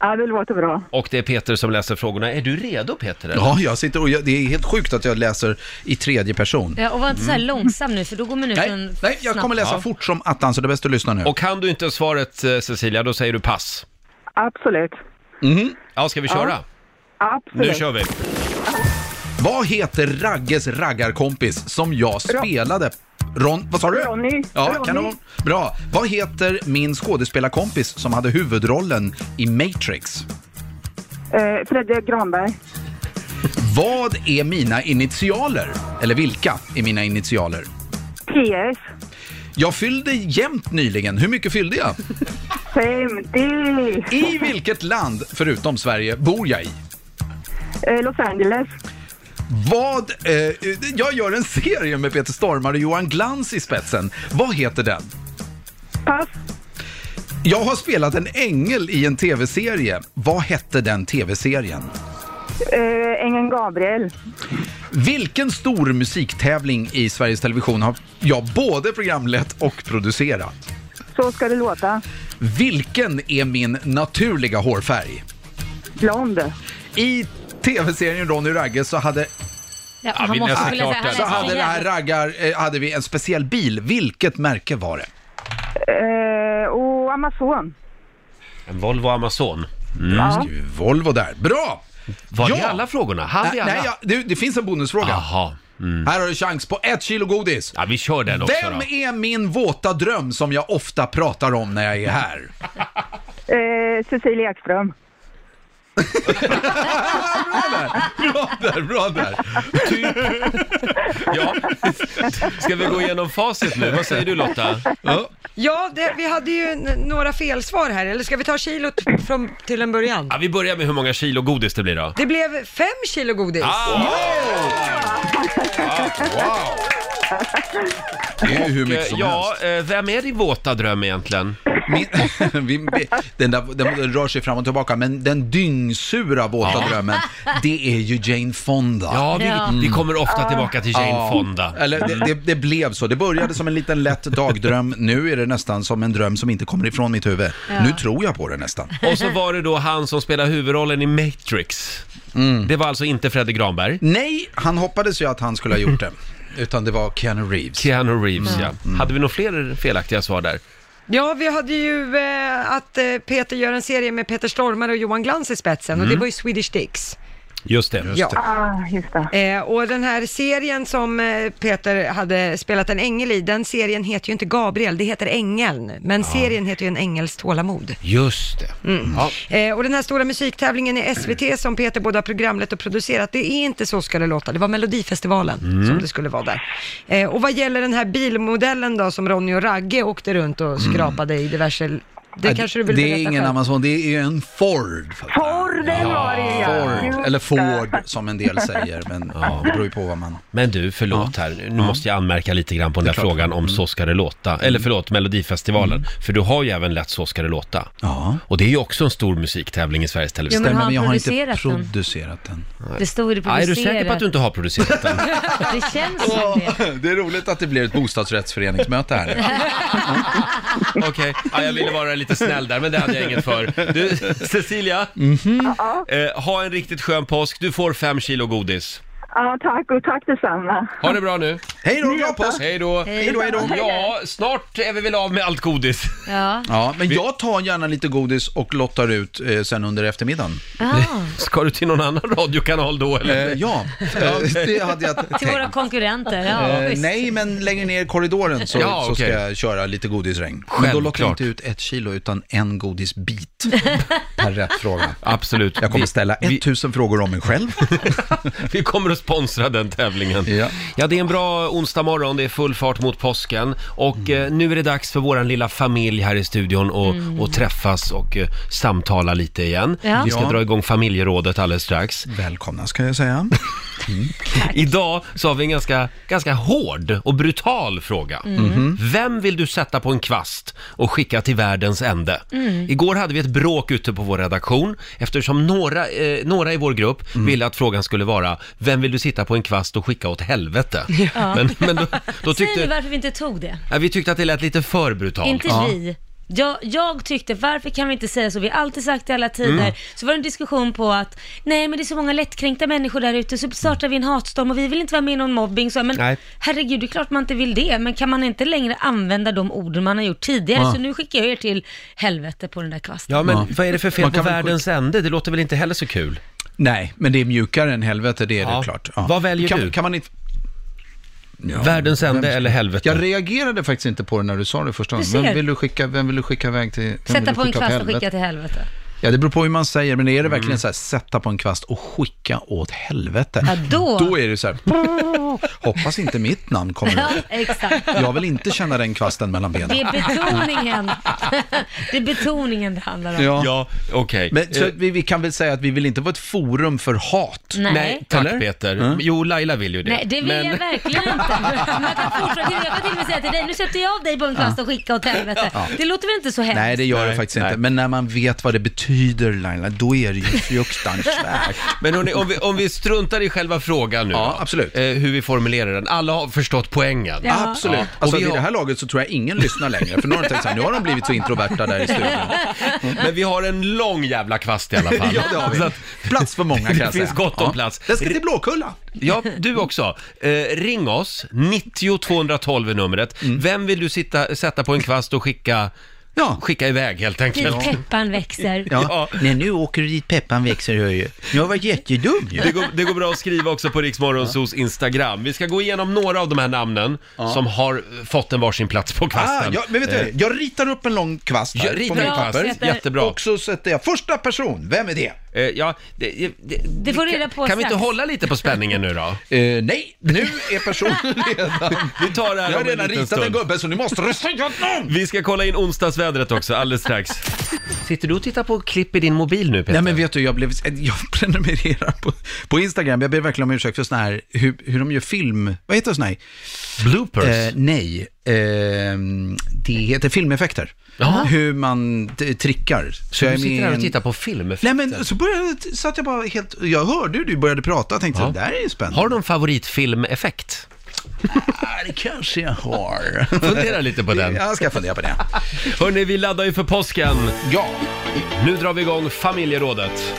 Ja, det låter bra. Och det är Peter som läser frågorna. Är du redo Peter? eller? Ja, jag sitter och jag, det är helt sjukt att jag läser i tredje person. Ja, och var inte så Mm. här långsam nu för då går minuten Nej, nej jag snabbt. kommer läsa Ja. fort som attan, så det är bäst att lyssna nu. Och kan du inte svaret eh, Cecilia, då säger du pass. Absolut. Ja, ska vi köra? Absolut. Nu kör vi. Vad heter Ragges raggarkompis som jag spelade? Ron, vad sa du? Ronny. Ja, Ronny. kanon. Bra. Vad heter min skådespelarkompis som hade huvudrollen i Matrix? Eh, Fredrik Granberg. Vad är mina initialer? Eller vilka är mina initialer? PS. Jag fyllde jämnt nyligen. Hur mycket fyllde jag? 50. I vilket land, förutom Sverige, bor jag i? Eh, Los Angeles. Vad... Eh, jag gör en serie med Peter Stormare och Johan Glans i spetsen. Vad heter den? Pass. Jag har spelat en ängel i en tv-serie. Vad hette den tv-serien? Eh, Ängeln Gabriel. Vilken stor musiktävling i Sveriges Television har jag både programlett och producerat? Så ska det låta. Vilken är min naturliga hårfärg? Blond. I tv-serien Ronny och Ragge så hade, Ja, Ja, han vi måste läser väl läsa, klart han så hade, den. läser det här jävligt. raggar, eh, hade vi en speciell bil. Vilket märke var det? Eh, och Amazon. En Volvo Amazon. Ja. Volvo där. Bra! Var det Ja. alla frågorna? Hann vi Nej, alla? nej, ja, det, det finns en bonusfråga. Jaha. Mm. Här har du chans på ett kilo godis. Ja, vi kör den också Vem då. är min våta dröm som jag ofta pratar om när jag är här? *laughs* Eh, Cecilia Ekström. Bra där, bra där. *laughs* Ja. Ska vi gå igenom facit nu? Vad säger du Lotta? Ja. Ja, det, vi hade ju n- några felsvar här, eller ska vi ta kilot från, till en början? Ja, vi börjar med hur många kilo godis det blir då. Det blev fem kilo godis. Ah, Det är ju hur och, eh, mycket som ja, eh, vem är din våta dröm egentligen? helst. Min, *laughs* vi- vi- den, där, den rör sig fram och tillbaka, men den dyngsura våta drömmen, det är ju Jane Fonda. Ja, vi, Ja. vi kommer ofta tillbaka till Jane Ja, Fonda. Eller det, det, det blev så. Det började som en liten lätt dagdröm. Nu är det nästan som en dröm som inte kommer ifrån mitt huvud. Nu tror jag på det nästan. Och så var det då han som spelade huvudrollen i Matrix. Det var alltså inte Fredde Granberg. Nej, han hoppades ju att han skulle ha gjort det. Utan det var Keanu Reeves. Keanu Reeves, Mm. ja. Hade vi nog fler felaktiga svar där? Ja, vi hade ju eh, att eh, Peter gör en serie med Peter Stormare och Johan Glans i spetsen och Mm. det var ju Swedish Dicks. Just det. Just det. Ah, just det. Eh, och den här serien som eh, Peter hade spelat en ängel i, den serien heter ju inte Gabriel, det heter Ängeln. Men serien heter ju En ängels tålamod. Just det. Mm. Ja. Eh, och den här stora musiktävlingen i SVT som Peter både har programlett och producerat, det är inte Så ska det låta. Det var Melodifestivalen Mm. som det skulle vara där. Eh, och vad gäller den här bilmodellen då som Ronny och Ragge åkte runt och skrapade i diverse... Det Ja, kanske du vill Mm. det är berätta ingen för. Amazon, det är ju en Ford. Torven var det ju, ja. Ford, eller Ford som en del säger, men det beror ju på vad man... Men du, förlåt här. Nu måste jag anmärka lite grann på den där klart. Mm. frågan om Så ska det låta. Eller förlåt, Melodifestivalen. För du har ju även lätt Så ska det låta. Ja. Och det är ju också en stor musiktävling i Sveriges Television. Jo, men har Stämmer, han men jag har inte producerat den? producerat den. Det stod ju det Ah, är du säker på att producerat. du inte har producerat den? *laughs* Det känns som det. Det är roligt att det blir ett bostadsrättsföreningsmöte här nu. *laughs* Okej, ja, jag ville vara lite snäll där, men det hade jag inget för. Du, *laughs* Mhm. Cecilia, eh, ha en riktigt skön påsk. Du får fem kilo godis. Ja, tack och tack detsamma. Ha det bra nu. Hej då, glad påsk! Hej då. Hej då, hej då. Ja, snart är vi väl av med allt godis. *laughs* Ja. Ja, men jag tar gärna lite godis och lottar ut eh, sen under eftermiddagen. Ah, Ska du till någon annan radiokanal då Eh, eller? *laughs* ja, eh, det hade jag till våra tänkt. konkurrenter, ja Eh, visst. nej, men längre ner i korridoren så, Ja, så ska okej. jag köra lite godisregn. Men då Självklart. lottar jag inte ut ett kilo, utan en *laughs* godisbit per rätt fråga. Absolut. Jag kommer Vi- ställa vi- 1000 frågor om mig själv. *laughs* Vi kommer att sponsra den tävlingen. Ja. Ja, det är en bra onsdag morgon, det är full fart mot påsken och eh, nu är det dags för våran lilla familj här i studion och, och träffas och eh, samtala lite igen. Ja. Vi ska Ja. dra igång familjerådet alldeles strax. Välkomna ska jag säga. Idag så har vi en ganska, ganska hård och brutal fråga. Mhm. Vem vill du sätta på en kvast och skicka till världens ände? Mm. Igår hade vi ett bråk ute på vår redaktion eftersom några, eh, några i vår grupp Mm. ville att frågan skulle vara Vem vill du sitta på en kvast och skicka åt helvete? *laughs* Men, men då, då Säg nu tyckte, varför vi inte tog det. ja, vi tyckte att det lät lite för brutalt. Inte vi. Jag, jag tyckte, varför kan vi inte säga så? Vi har alltid sagt det i alla tider. Mm. Så var det en diskussion på att, nej men det är så många lättkränkta människor där ute, så startar vi en hatstorm och vi vill inte vara med i någon mobbing. Så, men Nej. herregud, det är klart man inte vill det, men kan man inte längre använda de orden man har gjort tidigare? Så nu skickar jag er till helvete på den där kvasten. Ja, men Ja. vad är det för fel Man på kan väl skicka- världens ände? Det låter väl inte heller så kul? Nej, men det är mjukare än helvete, det är Ja. det klart. Vad väljer kan, du? Kan man inte... Ja. Världens ände eller helvete? Jag reagerade faktiskt inte på det när du sa det första gången. ser. Vem vill du skicka, vem vill du skicka iväg till... vem vill Sätta du på en skicka åt kvast och helvete? skicka till helvete. Ja, det beror på hur man säger, men Mm. är det verkligen så här, sätta på en kvast och skicka åt helvete? Ja, då. Då är det så här, *laughs* hoppas inte mitt namn kommer Ja, upp. exakt. Jag vill inte känna den kvasten mellan Det benen. är *laughs* betoningen. det är betoningen det handlar om. Ja. Ja, okej. Men så Eh, att vi, vi kan väl säga att vi vill inte vara ett forum för hat. Nej. Nej, tack Eller? Peter. Jo, Laila vill ju det. Nej, det vill men... jag *laughs* verkligen inte. Man kan fortsätta. Jag kan till och med säga till dig, nu sätter jag av dig på en kvast och skickar åt helvete. Det låter väl inte så *laughs* hemskt? Nej, det gör Nej, det faktiskt nej. inte. Men när man vet vad det betyder, Laila, då är det ju fruktansvärt. Men hörni, om, vi, om vi struntar i själva frågan nu Ja, då, absolut. eh, Hur vi formulerar den. Alla har förstått poängen. Ja. Absolut. Ja. Alltså Och vi vid har- det här laget så tror jag ingen lyssnar längre, för nu har de tänkt så här, nu har de blivit så introverta där i *laughs* studion. Men vi har en lång jävla kvast i alla fall. *laughs* Ja, det har Så vi. att, Plats för många kan Det *laughs* jag säga. finns gott om Ja. plats. Den ska till Blåkulla. ja, du också. Eh, ring oss, 90 212 är numret. Vem vill du sitta, sätta på en kvast och skicka, Mm. Ja. skicka iväg helt enkelt? Dit Typ pepparn växer. Ja. Nej, nu åker du dit peppan växer, hör ju. Jag har varit jättedum ju. Det går, det går bra att skriva också på Riksmorgonsos Instagram. Vi ska gå igenom några av de här namnen som har fått en varsin plats på Ah, kvasten. jag, men vet du, jag ritar upp en lång kvast här Jag på ritar min en papper. kvast, jättebra. Och så sätter jag första person, vem är det? Eh, ja, det, det, Det får du reda på Kan vi strax. inte hålla lite på spänningen nu *laughs* då? Eh, nej, nu är *laughs* personen redan... Vi tar det Jag här om har redan en liten ritat en stund. gubbe, så nu måste du säga någon! Vi ska kolla in onsdagsvädret också alldeles *laughs* strax. Sitter du och tittar på klipp i din mobil nu Peter? Nej men vet du, jag, blev, jag *laughs* prenumererar på, på Instagram, jag ber verkligen om ursäkt för sån här, hur, hur de gör film, vad heter sån här? Bloopers? Eh, nej, Ehm, det heter filmeffekter. Jaha. Hur man t- trickar. Så du är med sitter här i och en- tittar på filmeffekter? Nej men så började, jag- satt jag bara helt, jag hörde hur du började prata och tänkte, Ja. det där är ju spännande. *laughs* Har du någon favoritfilmeffekt? Ja, det kanske jag har. *laughs* Fundera lite på den. Jag ska fundera på det. Hörni, vi laddar ju för påsken. Ja, Nu drar vi igång familjerådet.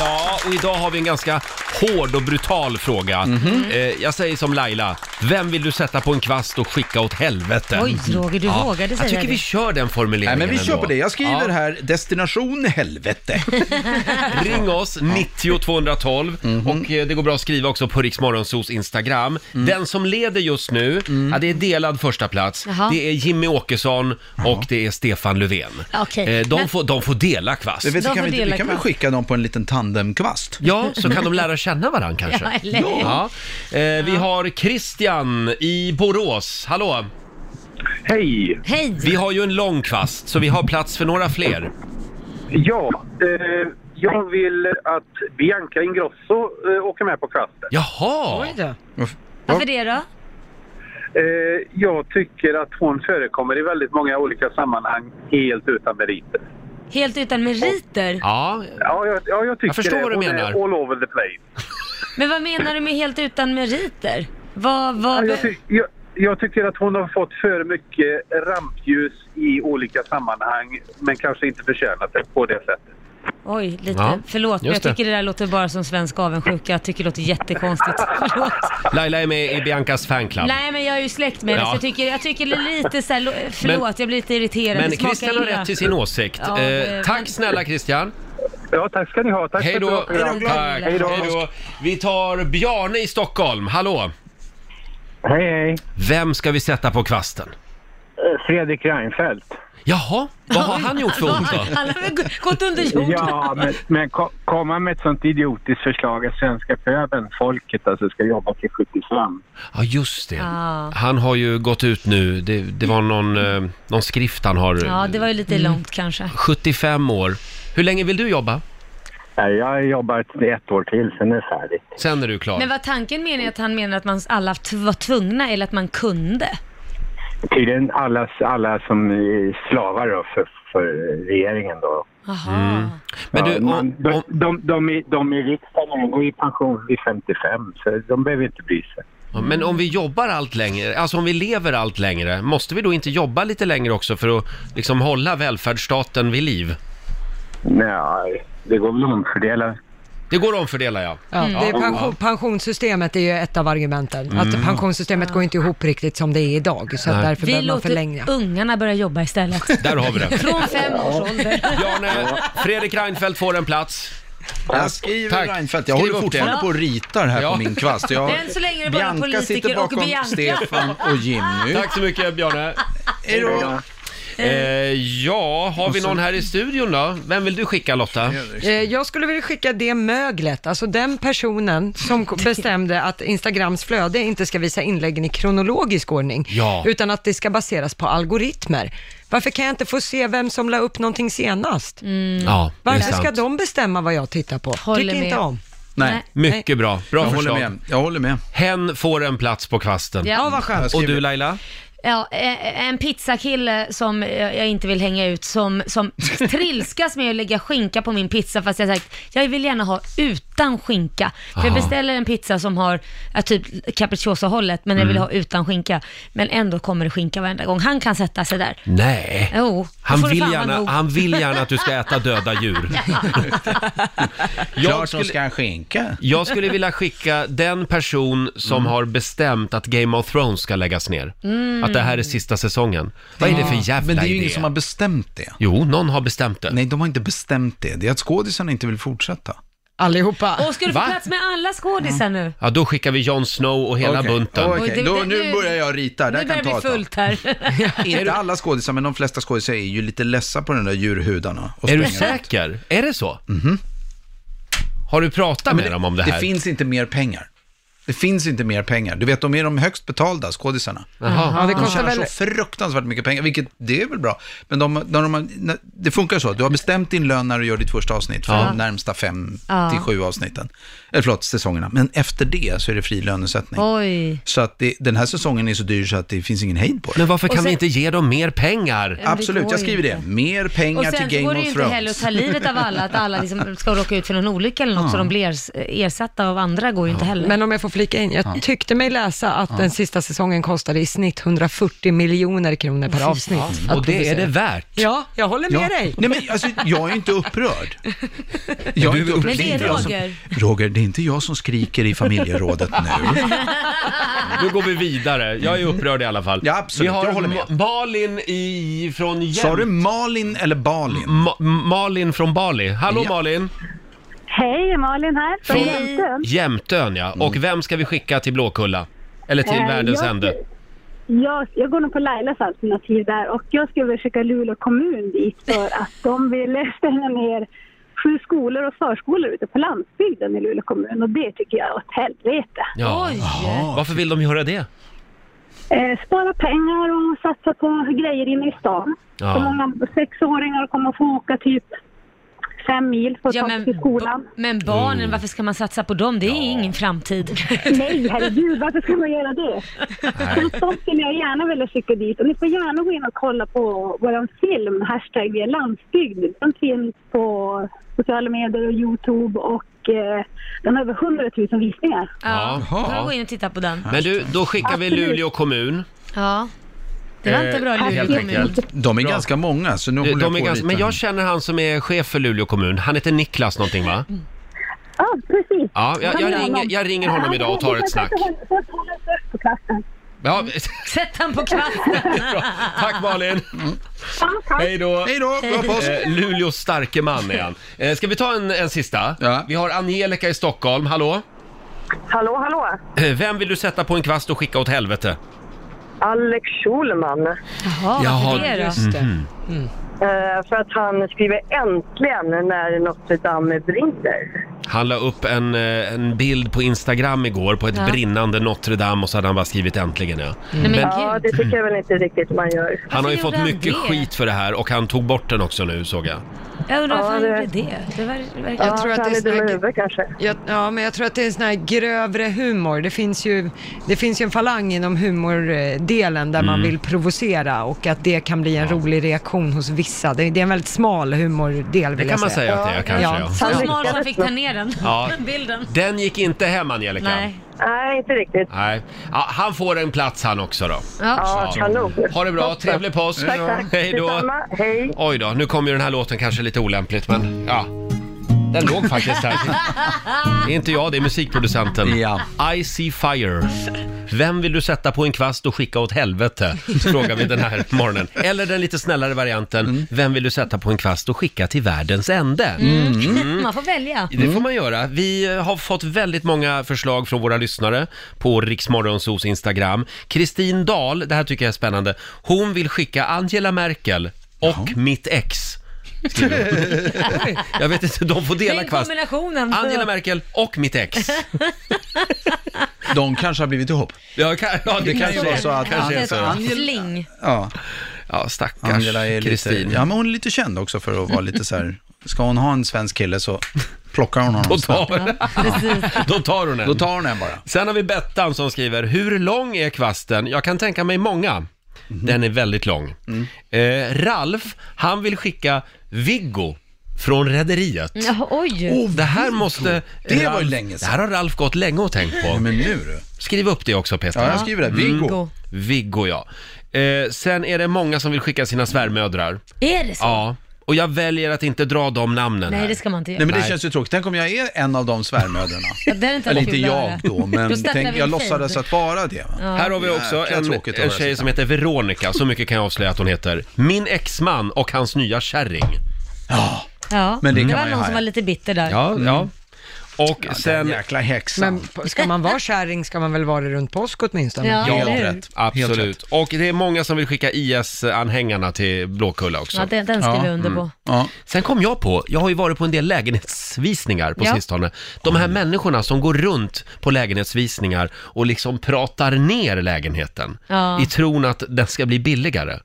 Ja, och idag har vi en ganska hård och brutal fråga. Mhm. Eh, jag säger som Laila, vem vill du sätta på en kvast och skicka åt helvete? Oj, Roger, du vågade säga Jag tycker det. vi kör den Nej, formuleringen men vi kör ändå. på det. Jag Ja. skriver här, destination helvete. Ring oss, 90 212 och eh, det går bra att skriva också på Riksmorgonsos Instagram. Den som leder just nu, ja, det är delad första plats. Jaha. Det är Jimmy Åkesson och det är Stefan Löfven. Okej. Eh, De, Men- får, de får dela kvast. Du vet, De så får kan vi, dela vi kan väl kvast. skicka dem på en liten tandemkvast. Ja, så kan de lära känna varandra Ja, kanske. eller hur? Ja. Eh, Vi har Christian i Borås. Hallå! Hej! Hej! Vi har ju en lång kvast, så vi har plats för några fler. Ja, eh, jag vill att Bianca Ingrosso eh, åker med på kvasten. Jaha! Oj då. Varför det då? Eh, jag tycker att hon förekommer i väldigt många olika sammanhang helt utan meriter. Helt utan meriter? Ja, Ja, jag, ja, jag tycker Jag förstår det. vad du Hon är menar. all over the place. Men vad menar du med helt utan meriter? Vad, Ja, vad... jag, ty- jag, jag tycker att hon har fått för mycket rampljus i olika sammanhang, men kanske inte förtjänat det på det sättet. Oj, lite. Ja, Förlåt, men just jag det. tycker det där låter bara som svensk avundsjuka. Jag tycker det *laughs* låter jättekonstigt. Förlåt. Laila är med i Biancas fanclub. Nej, men jag är ju släkt med henne, Ja. så jag tycker, jag tycker det är lite så här, lo- förlåt, Men- jag blir lite irriterad. Men Det smakar Christian har illa. rätt till sin åsikt. Ja, eh, det- tack men- snälla Christian. Ja, tack ska ni ha. Tack Hej för ett då. bra program. Tack. Hej då. Vi tar Bjarne i Stockholm. Hallå! Hej, hej. Vem ska vi sätta på kvasten? Fredrik Reinfeldt. Jaha, vad har han gjort för ont då? Han har väl gå- gått under jorden. Ja, men, men ko- komma med ett sånt idiotiskt förslag att svenska pöbeln, folket, alltså ska jobba till 75. *laughs* Ja, just det. Ja. Han har ju gått ut nu. Det, det var någon, eh, någon skrift han har. Ja, det var ju lite långt kanske. 75 år. Hur länge vill du jobba? Nej, jag jobbar ett- ett år till, sen är det färdigt. Sen är du klar. Men var tanken meningen att han menar att man alla t- var tvungna eller att man kunde? Tydligen alla, alla som är slavar då för, för regeringen då. Jaha. Men du, ja, om, man, de, om, de, de, i- de i riksdagen de går i pension vid 55, så de behöver inte bry sig. Ja, Men om vi jobbar allt längre, alltså om vi lever allt längre, måste vi då inte jobba lite längre också för att liksom hålla välfärdsstaten vid liv? Nej, det går väl att omfördela. Det går att omfördela ja. Mm. Ja, Mm, det är pension, pensionssystemet är ju ett av argumenten. Att pensionssystemet går inte ihop riktigt som det är idag, så att Nej. därför Vi behöver man låter förlänga. ungarna börja jobba istället. Där har vi *laughs* det. Från fem års ålder. Bjarne, Fredrik Reinfeldt får en plats. Jag skriver Tack. Reinfeldt. Jag håller Skriv upp det. fortfarande på och ritar här Ja. på min kvast. Jag, Än så länge är det bara Bianca politiker sitter och bakom Bianca. Stefan och Jimmy. Tack så mycket Bjarne. Hej då. Eh, ja, har vi någon här i studion då? Vem vill du skicka Lotta? Eh, Jag skulle vilja skicka det möglet, alltså den personen som *laughs* ko- bestämde att Instagrams flöde inte ska visa inläggen i kronologisk ordning, Ja. utan att det ska baseras på algoritmer. Varför kan jag inte få se vem som la upp någonting senast? Ja, det är Varför ska sant. de bestämma vad jag tittar på? Mm. Håller Tycker inte med. om. Nej, Mycket bra. Bra jag håller förslag. med. Jag håller med. Hen får en plats på kvasten. Ja. Ja, vad skönt. Och du Laila? Ja, eh, en pizzakille som eh, jag inte vill hänga ut, som, *laughs* som trilskas med att lägga skinka på min pizza fast jag har sagt, jag vill gärna ha utan skinka. För jag Aha. beställer en pizza som har, ja, typ capricciosa-hållet, men jag vill Mm. ha utan skinka. Men ändå kommer det skinka varenda gång. Han kan sätta sig där. Nej. Jo, då Han får du vill, fan vara gärna, nog. han vill gärna att du ska äta döda djur. Klart Jag skulle... de skulle, ska ha skinka. jag skulle vilja skicka den person som har bestämt att Game of Thrones ska läggas ner. Att det här är sista säsongen. Vad är det för jävla Mm. Men det är ju idé? ingen som har bestämt det. Jo, någon har bestämt det. Nej, de har inte bestämt det. Det är att skådisarna inte vill fortsätta. Allihopa. Och ska du få Va? plats med alla skådisar nu? Ja, då skickar vi Jon Snow och hela Okej. bunten. Okej, Oj, det- då, det- nu nu- börjar jag rita. Det Nu här börjar kan det ta bli ett tag. fullt *laughs* här. *laughs* Inte alla skådisar, men de flesta skådisar är ju lite ledsa på de där djurhudarna. och Är du springer runt. säker? Är det så? Har du pratat med dem om det här? Mhm. Det finns inte mer pengar. Det finns inte mer pengar. Du vet, de är de högst betalda skådisarna. Jaha. Ja, det De kostar tjänar väl... så fruktansvärt mycket pengar, vilket det är väl bra. Men de, när de, har- när- det funkar så, du har bestämt din lön när du gör ditt första avsnitt för de närmsta fem Ja. till sju avsnitten. Eller förlåt, säsongerna. Men efter det så är det fri lönesättning. Oj. Så att det, den här säsongen är så dyr så att det finns ingen hejd på det. Men varför kan sen- vi inte ge dem mer pengar? det Absolut, går jag skriver det. inte. Mer Och pengar sen till så går Game det ju of inte heller att Thrones. ta livet av alla, att alla liksom ska råka ut för någon olycka eller något, så de blir ers- ersatta av andra går ju inte Mm. heller. Men om jag får flika in, jag tyckte mig läsa att den sista säsongen kostade i snitt 140 miljoner kronor per avsnitt. att Och det är producera. det värt. Ja, jag håller med Ja. dig. Nej men alltså, jag är inte *laughs* upprörd. Jag Du är upprörd. Men det är inte jag Roger. Som, Roger, det är inte jag som skriker i familjerådet *laughs* nu. Nu går vi vidare. Jag är upprörd i alla fall. Ja, absolut. Vi har Jag håller med. Ma- Malin i, från Jämt. Sa du Malin eller Balin? Ma- Malin från Bali. Hallå Ja. Malin! Hej, Malin här från Jämtön. Jämtön ja. Och vem ska vi skicka till Blåkulla? Eller till Eh, världens jag- ände? Jag, jag går nog på Lailas alternativ där och jag skulle vilja skicka Luleå kommun dit *laughs* för att de vill stänga ner sju skolor och förskolor ute på landsbygden i Luleå kommun och det tycker jag är åt helvete. Ja. Oj! Varför vill de göra det? Eh, spara pengar och satsa på grejer inne i stan. Ja. Så många sexåringar kommer att få åka typ fem mil för att Ja, ta sig men, till skolan. b- men barnen, varför ska man satsa på dem? Det är ingen framtid. Nej, herregud, varför ska man göra det? Tvärtom skulle jag gärna vilja skicka dit. Och ni får gärna gå in och kolla på vår film, hashtag Vi är landsbygd. Den finns på sociala medier och Youtube och eh, den har över 100 000 visningar. *laughs* Ja, Jaha. då får jag gå in och titta på den. Men du, då skickar vi Absolut. Luleå kommun. Ja. Det var inte bra Eh, Luleå helt kommun. enkelt. De är ganska många, så nu Du, håller jag De på är ganska, lite. men jag känner han som är chef för Luleå kommun. Han heter Niklas någonting va? Ja, precis. Ja, jag, jag, Han är ringer, honom. jag ringer honom idag och tar ett snack. Ja, Sätt han på kvasten. tack Malin! Ja, tack. Hej då! Hej då, bra på oss. Eh, Luleås starke man är han. Eh, ska vi ta en, en sista? Ja. Vi har Angelica i Stockholm, hallå? Hallå, hallå! Eh, Vem vill du sätta på en kvast och skicka åt helvete? Alex Schulman. Jaha, Jaha, varför det då? Just det. Mm. Eh, för att han skriver äntligen när något damm brinner. Han la upp en, eh, en bild på Instagram igår på ett Ja. brinnande Notre Dame och så hade han bara skrivit äntligen ja. Nej men alltså, Ja, gud. det tycker jag väl inte riktigt man gör. Han har ju gjorde fått han mycket det? skit för det här och han tog bort den också nu såg jag. Jag undrar varför han Ja, gjorde det- det. Det var, verkar... Ja, Jag tror att det är så han dum i snack- huvudet kanske. Jag, ja, men jag tror att det är en sån här grövre humor. Det finns ju, det finns ju en falang inom humordelen där Mm. man vill provocera och att det kan bli en rolig reaktion hos vissa. Det, det är en väldigt smal humordel Det vill jag kan man säga att det är kanske ja. Ja. Så Ja. smal så han fick ta ner *laughs* den. Ja. Bilden. Den gick inte hem Angelica. Nej. Nej, inte riktigt. Nej. Ja, han får en plats han också då. Ja. Ja, kanon. Ha det bra, trevlig påsk! Mm. Tack, tack. Hej då! Detsamma. Hej. Oj då, nu kom ju den här låten kanske lite olämpligt men ja. Den låg faktiskt här. Det är inte jag, det är musikproducenten. Ja. I see fire. Vem vill du sätta på en kvast och skicka åt helvete? Frågar vi den här morgonen. Eller den lite snällare varianten. Vem vill du sätta på en kvast och skicka till världens ände? Man får välja. Det får man göra. Vi eh, har fått väldigt många förslag från våra lyssnare på Riksmorgonsos Instagram. Kristin Dahl, det här tycker jag är spännande, hon vill skicka Angela Merkel och mitt ex. skriver *laughs* hon. jag vet inte, de får dela Den kvast. kombinationen. Angela Merkel och mitt ex. eh, De kanske har blivit ihop. Ja, kan, ja det kan ju vara så. att Kanske är Ett så. Angela- Fling. Ja, Ja, stackars Angela är lite, Kristin. ja, men hon är lite känd också för att vara lite så här, ska hon ha en svensk kille så plockar hon Då honom snabbt. tar, *laughs* då tar hon Då den. tar hon en bara. Sen har vi Bettan som skriver, hur lång är kvasten? Jag kan tänka mig många. Mhm. Den är väldigt lång. Mm. Eh, Ralf, han vill skicka Viggo från Rederiet. Ja, oj. det här måste... eh, Det var ju Ralf- länge Det sedan. här har Ralf gått länge och tänkt Ja, på. men nu du. Skriv upp det också Peter. Ja, jag skriver det. Viggo. Go. Viggo ja. Eh, sen är det många som vill skicka sina svärmödrar. Är det så? Ja. Och jag väljer att inte dra de namnen Nej, här. det ska man inte göra. Nej, men det Nej. känns ju tråkigt. Tänk om jag är en av de svärmödrarna. Ja, det är inte Eller alls inte kul att jag höra. då, men Då startar tänk, vi jag en låtsades fejd. att vara det. va? Här har vi också Jäkla en, tråkigt att en höra tjej sånt som här. heter Veronica, så mycket kan jag avslöja att hon heter. Min exman och hans nya kärring. Ja, Ja. Men det kan var man ju någon ha, som ja. var lite bitter där. Ja, ja. Och Mm. den sen... jäkla häxan. Men p- ska man vara kärring ska man väl vara det runt påsk åtminstone? Ja, Helt eller hur? rätt. Helt Absolut. rätt. Och det är många som vill skicka IS-anhängarna till Blåkulla också. Ja, den, den skriver Ja, jag under på. Ja. Sen kom jag på, jag har ju varit på en del lägenhetsvisningar på Ja. sistone. De Mm. här människorna som går runt på lägenhetsvisningar och liksom pratar ner lägenheten Ja. i tron att den ska bli billigare.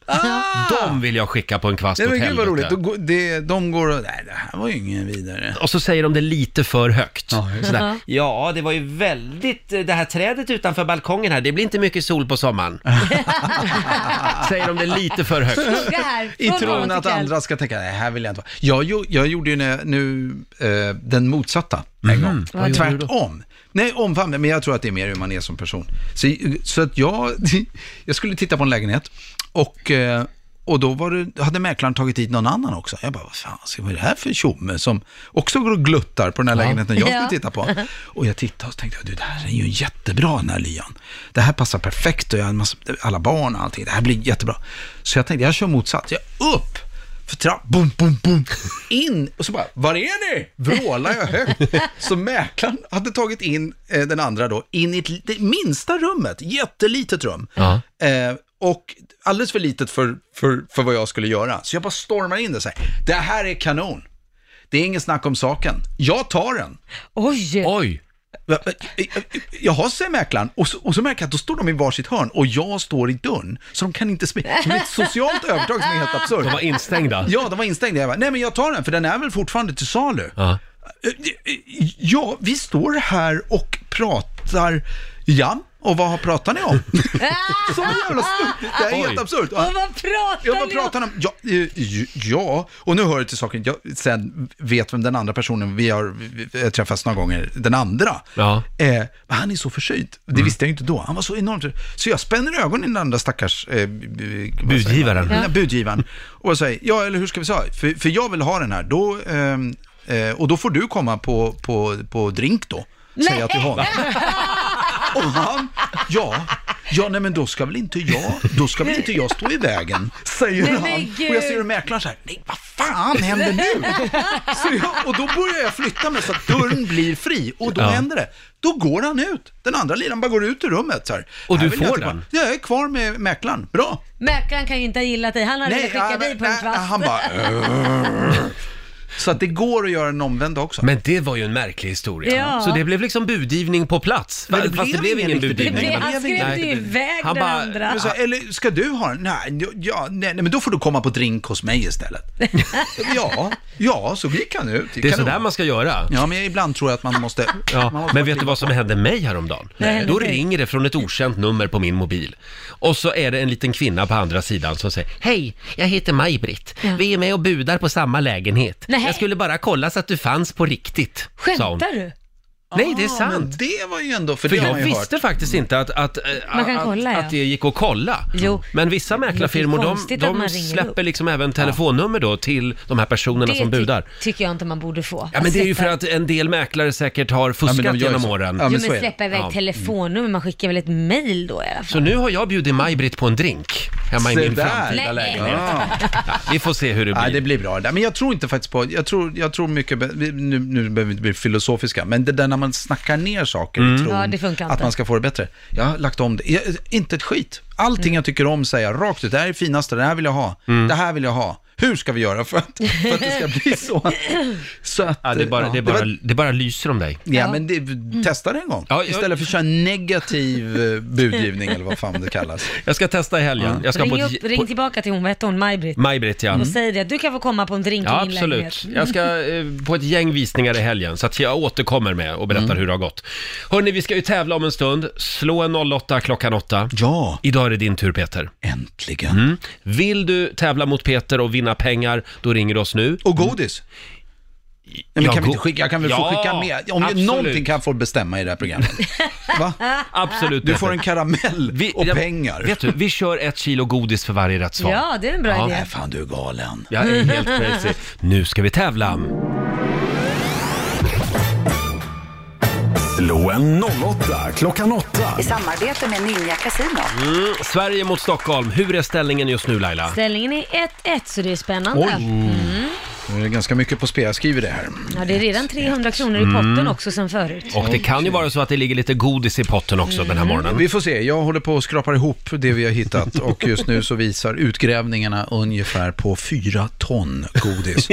De vill jag skicka på en kvast Nej, åt men gud vad roligt. helvete. Då går- det- De går och, nej det här var ju ingen vidare. Och så säger de det lite för högt. Ja, just det. Sådär, ja, det var ju väldigt, eh, det här trädet utanför balkongen här, det blir inte mycket sol på sommaren. säger de det lite för högt. Skugga här. I från morgon tron till att kväll. andra ska tänka, nej här vill jag inte vara. Jag, gjo- jag gjorde ju när, nu eh, den motsatta en gång. Tvärtom. Nej, omfamna, men jag tror att det är mer hur man är som person. Så, så att jag, *laughs* jag skulle titta på en lägenhet och, eh, och då var det, hade mäklaren tagit dit någon annan också. Jag bara, vad fan, ska- vad är det här för tjomme som också går och gluttar på den här lägenheten jag Ja. skulle titta på? Och jag tittade och så tänkte, jag, du det här är ju jättebra den här lyan. Det här passar perfekt och jag har en massa, alla barn och allting. Det här blir jättebra. Så jag tänkte, jag kör motsatt. Jag upp för trapp, bom, bom, bom, in och så bara, var är ni? Vrålar jag högt. Så mäklaren hade tagit in eh, den andra då, in i ett, li- det minsta rummet, jättelitet rum. Ja. Eh, och alldeles för litet för, för, för vad jag skulle göra. Så jag bara stormar in det så här. Det här är kanon. Det är ingen snack om saken. Jag tar den. Oj! Oj! Va- va- Jaha, säger mäklaren. Och så, och så märker jag att då står de i varsitt hörn och jag står i dörren. Så de kan inte smita. Det är ett socialt övertag som är helt absurt. De var instängda. Ja, de var instängda. Jag bara, nej men jag tar den för den är väl fortfarande till salu. Eh, Ja. Ja, vi står här och pratar, ja, och vad pratar ni *laughs* om? Som jävla stort. Det här är helt Oj. absurt. Och vad pratar Ja, vad ni pratar han om? Ja, eh, ju- ja, och nu hör det till saken, jag sen vet vem den andra personen, vi har eh, träffats några gånger, den andra. Ja. Eh, men han är så försynt, det visste jag ju inte då. Han var så enormt Så jag spänner ögonen i den andra stackars... Eh, budgivaren. Ja. budgivaren. Och jag säger, ja eller hur ska vi säga? För, för jag vill ha den här, då, ehm, eh, och då får du komma på, på, på drink då. Säger jag till honom. Och han, ja, ja nej men då ska väl inte jag, då ska väl inte jag stå i vägen, säger Nej, men han. gud. Och jag ser hur mäklaren så här, nej vad fan händer nu? Så jag, och då börjar jag flytta mig så att dörren blir fri och då Ja. händer det. Då går han ut, den andra liraren bara går ut ur rummet så här. Och du Här vill jag får inte vara. den? Jag är kvar med mäklaren, bra. Mäklaren kan ju inte ha gillat dig, han hade Nej, velat skicka ja, dig på en kvast. Han bara, "Urr." så att det går att göra en omvänd också. Men det var ju en märklig historia. Ja. Så det blev liksom budgivning på plats. Men det Fast det blev blev ingen ingen riktig budgivning. budgivning. Men- Han skrämde ju Nej. iväg Han den bara- andra. Men så, här, eller ska du ha den? Nej, ja, nej, nej, men då får du komma på drink hos mig *laughs* istället. ja, ja, så gick han ut. Det är Kanon. sådär man ska göra. Ja, men jag ibland tror jag att man måste... man Ja, måste men vet du vad som hände mig häromdagen? Vad hände Då dig? ringer det från ett okänt nummer på min mobil. Och så är det en liten kvinna på andra sidan som säger Hej, jag heter Maj-Britt. Vi är med och budar på samma lägenhet. Nej. Jag skulle bara kolla så att du fanns på riktigt, sa hon. Skämtar du? Ah, Nej, det är Ja, men sant. det var ju ändå... För, För det har jag man ju visste hört. faktiskt inte att, att, eh, Man kan att, kolla, ja. att det gick att kolla. Jo. Men vissa mäklarfirmor de, konstigt att de man ringer släpper upp. liksom även telefonnummer då till de här personerna Det som ty- budar. tycker jag inte man borde få. Ja, men det är ju Släppa- för att en del mäklare säkert har fuskat gör ju genom så. åren. Ja, men Jo så är men det. släppa iväg Ja. telefonnummer, man skickar väl ett mail då i alla fall. Så nu har jag bjudit Maj-Britt på en drink hemma i Se min där. framtida Nej. lägenhet. Ja. Ja, vi får se hur det Nej, blir. det blir bra. Nej, men jag tror inte faktiskt på... Jag tror, jag tror mycket... be- vi- Nu, nu behöver vi inte bli filosofiska, men det där när man snackar ner saker Mm. i tron Ja, det funkar att inte. man ska få det bättre. Jag har lagt om det. Jag, inte ett skit. Allting Mm. jag tycker om säger jag rakt ut. Det här är det finaste, det här vill jag ha. Det här vill jag ha. Hur ska vi göra för att, för att det ska bli så? *laughs* så att, Ja, det, bara, ja, det, bara, var- det bara lyser om dig. Ja, men det, testa det en gång. Ja, jag- Istället för att köra negativ eh, budgivning eller vad fan det kallas. Jag ska testa i helgen. Jag ska på, Ring, ett upp, j- ring på tillbaka till hon, vad hette hon, Maj-Britt? Maj-Britt, ja. Och säg det, du kan få komma på en drink Mm. Ja, i min absolut. lägenhet. Jag ska eh, på ett gäng visningar i helgen, så att jag återkommer med och Mm. berättar hur det har gått. Hörni, vi ska ju tävla om en stund. Slå en 08 klockan 8. Ja, Idag är det din tur, Peter. äntligen. Vill du tävla mot Peter och vinna pengar, då ringer du oss nu. Och godis. Nej, men Ja, kan vi inte go- skicka, jag kan väl Ja, få skicka med? Om absolut. någonting kan få bestämma i det här *laughs* programmet. Va? Absolut, Du Peter. får en karamell och jag- pengar. Vet du, vi kör ett kilo godis för varje rätt svar. Ja, det är en bra Ja. idé. Nej, Äh, fan du är galen. *laughs* Jag är helt crazy. Nu ska vi tävla. Slå en 08 klockan 8. I samarbete med Ninja Casino. Mm, Sverige mot Stockholm. Hur är ställningen just nu Laila? Ställningen är 1-1 så det är spännande. Oj. Nu är det ganska mycket på spel. Jag skriver det här. Ja, det är redan 300 kronor Mm. i potten också sen förut. Och det kan ju vara så att det ligger lite godis i potten också den här morgonen. Vi får se. Jag håller på och skrapar ihop det vi har hittat och just nu så visar utgrävningarna ungefär på fyra ton *laughs* godis.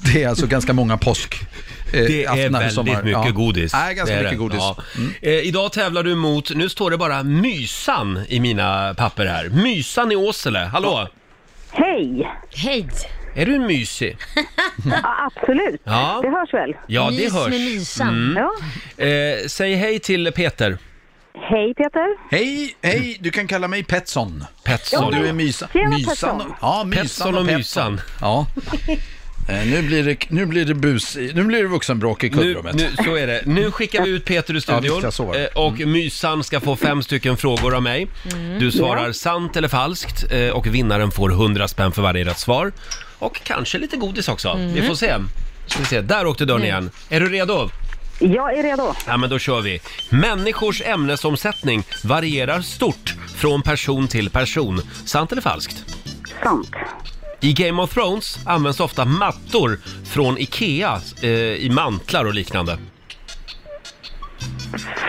Det är alltså ganska många påsk. eh, Det är aftnar och väldigt sommar. mycket Ja. godis. Nej, ganska Det är mycket det. godis. Ja. Eh, idag tävlar du mot, nu står det bara Mysan i mina papper här. Mysan i Åsele, hallå! Hej! Hej! Är du mysig? Ja, absolut. Ja. Det hörs väl? Ja, det Mys med hörs. Mm. mysan. Ja. Eh, säg hej till Peter Hej Peter! Hej, hej, du kan kalla mig Petson. Petson. Du är mysa, Tjena, mysan. Petson. Ja, mysan Petson och mysan. *laughs* Ja. Eh, Nu blir det, nu blir det bus, i- nu blir det vuxenbråk i Nu, kuddrummet. nu, så är det. Nu skickar vi ut Peter ur Ja, studion visst, jag Mm. såg. eh, och Mysan ska få fem stycken frågor av mig. Mm. Du svarar sant eller falskt eh, och vinnaren får 100 spänn för varje rätt svar. Och kanske lite godis också. Mm. Vi får se. Ska vi se. Där åkte dörren igen. Är du redo? Jag är redo. Ja, men då kör vi. Människors ämnesomsättning varierar stort från person till person. Sant eller falskt? Sant. I Game of Thrones används ofta mattor från IKEA eh, i mantlar och liknande.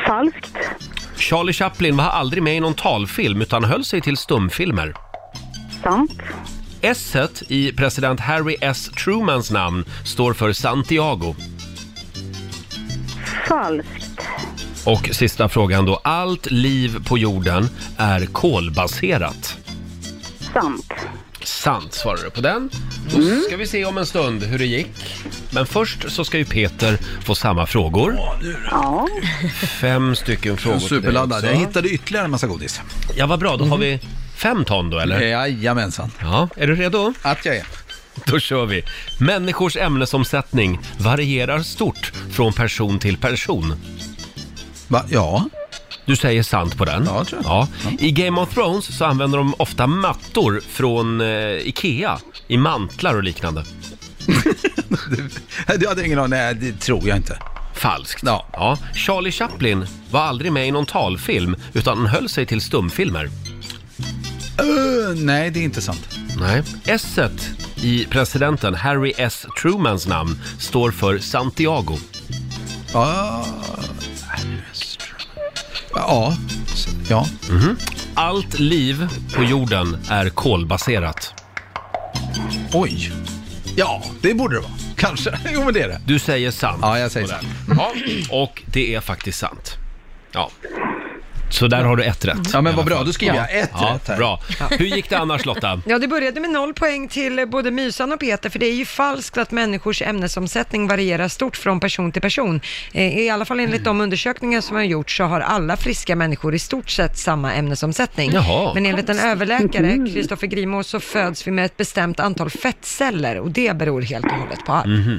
Falskt. Charlie Chaplin var aldrig med i någon talfilm utan höll sig till stumfilmer. Sant. s i president Harry S. Trumans namn står för Santiago. Falskt. Och sista frågan då. Allt liv på jorden är kolbaserat. Sant. Sant svarar du på den. Då Mm. ska vi se om en stund hur det gick. Men först så ska ju Peter få samma frågor. Ja. Fem stycken frågor till dig Superladdad. också. Jag Mm. hittade ytterligare en massa godis. Eh, Ja, vad bra. Då har vi fem ton då, eller? Jajamensan. Ja, är du redo? Att jag är. *laughs* Då kör vi. Människors ämnesomsättning varierar stort från person till person. Va? Ja. *laughs* Du säger sant på den? Ja, tror jag. Ja. I Game of Thrones så använder de ofta mattor från eh, Ikea i mantlar och liknande. Du hade ingen aning? Nej, det tror jag inte. Falskt. Ja. Charlie Chaplin var aldrig med i någon talfilm utan han höll sig till stumfilmer. Öh, nej, det är inte sant. Nej. s i presidenten Harry S. Trumans namn står för Santiago. Ja. Ja. Ja. Allt liv på jorden är kolbaserat. Oj. Ja, det borde det vara. Kanske. *laughs* Jo, men det är det. Du säger sant. Ja, jag säger sant. Ja, *clears throat* och det är faktiskt sant. Ja. Så där har du ett rätt. Ja, men vad I alla bra. fall. Då skriver jag ett ja, rätt här. Bra. Hur gick det *laughs* annars Lotta? Ja, det började med noll poäng till både Mysan och Peter, för det är ju falskt att människors ämnesomsättning varierar stort från person till person. Eh, I alla fall enligt de undersökningar som har gjorts så har alla friska människor i stort sett samma ämnesomsättning. Jaha. Men enligt en Konstigt. överläkare, Kristoffer Grimaud, så föds vi med ett bestämt antal fettceller och det beror helt och hållet på arv.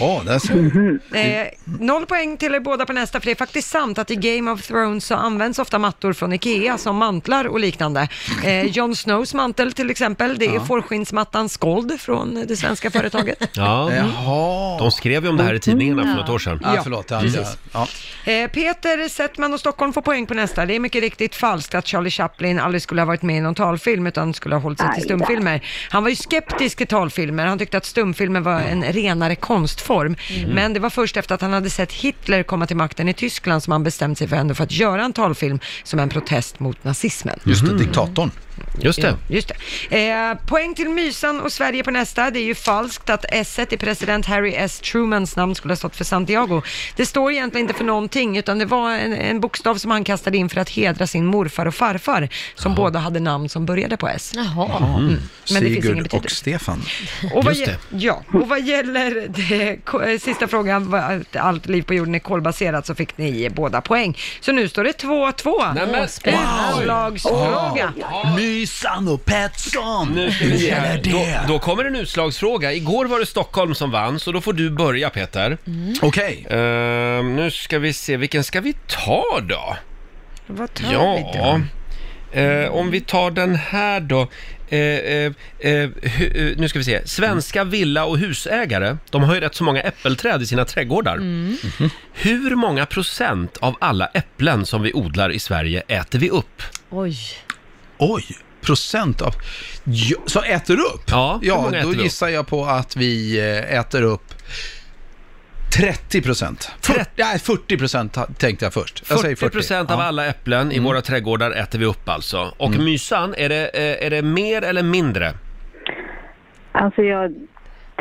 Jaha, där ser Mhm. jag. Eh, noll poäng till er båda på nästa, för det är faktiskt sant att i Game of Thrones så används ofta mattor från Ikea som mantlar och liknande. Eh, Jon Snows mantel till exempel, det är fårskinnsmattan Skold från det svenska företaget. Ja, Jaha. Mm. de skrev ju om det här i tidningarna för något år sedan. Mm. Ja, förlåt. Ja, ja. ja. Eh, Peter Settman och Stockholm får poäng på nästa. Det är mycket riktigt falskt att Charlie Chaplin aldrig skulle ha varit med i någon talfilm utan skulle ha hållit sig till Aj då. stumfilmer. Han var ju skeptisk till talfilmer. Han tyckte att stumfilmer var en renare konstform. Men det var först efter att han hade sett Hitler komma till makten i Tyskland som han bestämt sig för ändå för att göra en talfilm som en protest mot nazismen. Just Mhm. det, diktatorn. Just det. Just det. Eh, poäng till Mysan och Sverige på nästa. Det är ju falskt att S i president Harry S. Trumans namn skulle ha stått för Santiago. Det står egentligen inte för någonting, utan det var en, en bokstav som han kastade in för att hedra sin morfar och farfar, som båda hade namn som började på S. Jaha. Men det finns ingen Sigurd och betydelse. Stefan. Och vad, Mm. Just gä- Ja, och vad gäller det, ko- eh, sista frågan, vad- att allt liv på jorden är kolbaserat, så fick ni båda poäng. Så nu står det 2-2. Nej, men- Utslagsfråga. Mysan och Petsson! Nu ska vi se här. Då, då kommer en utslagsfråga. Igår var det Stockholm som vann, så då får du börja Peter. Okej. Ehm, nu ska vi se, vilken ska vi ta då? Vad tar vi då? Ja, eh, om vi tar den här då. Eh, eh, eh, hu, eh, nu ska vi se. Svenska villa och husägare, de har ju rätt så många äppelträd i sina trädgårdar. Mhm. Hur många procent av alla äpplen som vi odlar i Sverige äter vi upp? Oj. Oj, procent av... Ja, Så äter du upp? Ja, hur ja många äter då vi upp? gissar jag på att vi eh, äter upp 30 procent. Nej, 40 procent ha- tänkte jag först. Jag säger 40 procent Ja. av Mm. alla äpplen i våra trädgårdar äter vi upp alltså. Och mysan, är det, eh, är det mer eller mindre? Alltså jag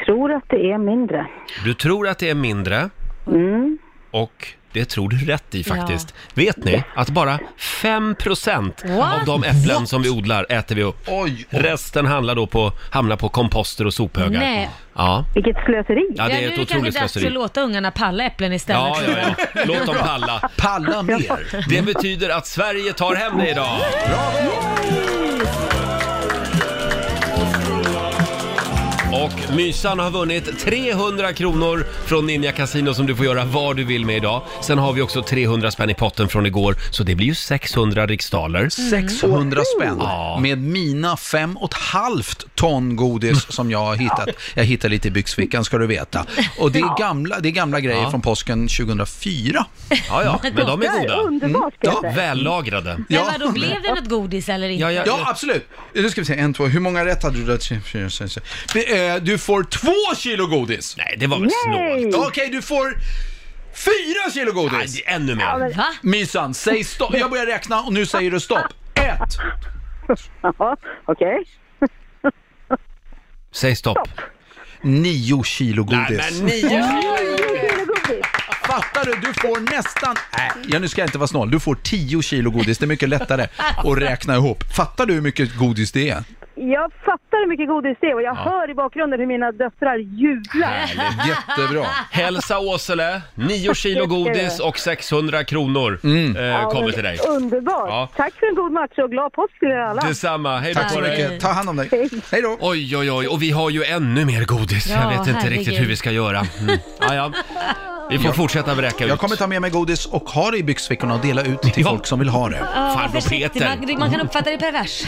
tror att det är mindre. Du tror att det är mindre Mm. och det tror du rätt i faktiskt. Vet ni att bara 5% What? av de äpplen som vi odlar äter vi upp. Oj, oj. Resten handlar då på, hamnar på komposter och sophögar. Nej. Ja. Vilket slöseri. ja, det är nu ett det kanske otroligt dags att slöseri. låta ungarna palla äpplen istället. Ja, ja, ja. Låt dem palla. Palla mer. Det betyder att Sverige tar hem det idag. Och Mysan har vunnit 300 kronor från Ninja Casino som du får göra vad du vill med idag. Sen har vi också 300 spänn i potten från igår, så det blir ju 600 riksdaler. 600 spänn Ja. med mina fem och ett halvt ton godis som jag har hittat. Jag hittade lite i byxfickan ska du veta. Och det är gamla, det är gamla grejer Ja. från påsken 2004. Ja, ja, men de är goda. Mm. Underbart ja, Peter. Vällagrade. Men Ja. vadå, blev det något godis eller inte? Ja, ja, Ja, absolut. Nu ska vi se, en, två, hur många rätt hade du? då? Tre, fyra, sex, sju. Det, eh, Du får två kilo godis! Nej, det var väl snålt. Nej. Okej, du får fyra kilo Nej, godis! det är ännu mer. Va? Mysan, säg stopp. Jag börjar räkna och nu säger du stopp. Ett. Ja, okej. Säg stopp. Nio kilo Nej, godis. men nio! Kilo godis. precis. Fattar du? Du får nästan... Nej, ja, nu ska jag inte vara snål. Du får 10 kilo godis. Det är mycket lättare att räkna ihop. Fattar du hur mycket godis det är? Jag fattar hur mycket godis det är och jag Ja. hör i bakgrunden hur mina döttrar jublar. Jättebra. Hälsa Åsele, 9 kilo godis och 600 kronor eh, Ja, kommer men till dig. Underbart! Ja. Tack för en god match och glad påsk till er alla! Detsamma, hej Tack på så dig. mycket. Ta hand om dig. Hej då. Oj, oj, oj, och vi har ju ännu mer godis. Ja, jag vet inte riktigt herregud. hur vi ska göra. Mm. Ja, ja. Vi får Ja. fortsätta vräka ut. Jag kommer ta med mig godis och ha det i byxfickorna och dela ut till folk som vill ha det. Ja, försiktig. Man, man kan uppfatta det pervers.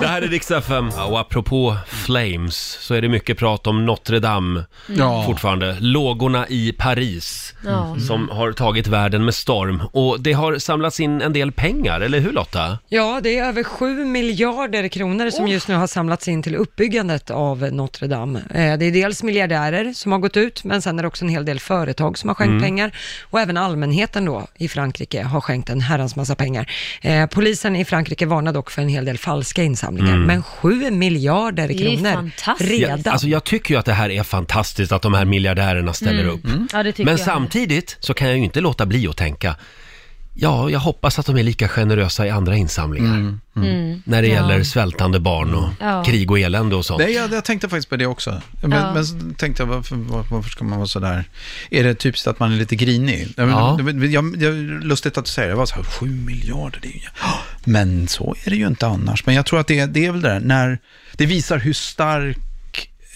Det här är Rix FM. Ja, och apropå Flames så är det mycket prat om Notre Dame Ja. fortfarande. Lågorna i Paris Ja. som har tagit världen med storm. Och det har samlats in en del pengar, eller hur Lotta? Ja, det är över 7 miljarder kronor som just nu har samlats in till uppbyggandet av Notre Dame. Eh, Det är dels miljardärer som har gått ut, men sen är det också en hel del företag som har skänkt Mm. pengar och även allmänheten då i Frankrike har skänkt en herrans massa pengar. Eh, Polisen i Frankrike varnar dock för en hel del falska insamlingar, Mm. men 7 miljarder är ju kronor fantastiskt. redan. Jag, alltså jag tycker ju att det här är fantastiskt att de här miljardärerna ställer Mm. upp. Mm. Ja, det tycker Men jag. samtidigt så kan jag ju inte låta bli att tänka, ja, jag hoppas att de är lika generösa i andra insamlingar. Mm. När det Ja. gäller svältande barn och Ja. krig och elände och sånt. Nej, jag, jag tänkte faktiskt på det också. Men, Ja. men så tänkte jag, varför, var- varför ska man vara sådär? Är det typiskt att man är lite grinig? Jag, Ja. jag, jag, jag, lustigt att du säger det, jag var så här, sju miljarder, det är ju... Men så är det ju inte annars. Men jag tror att det, det är väl det där, när, det visar hur stark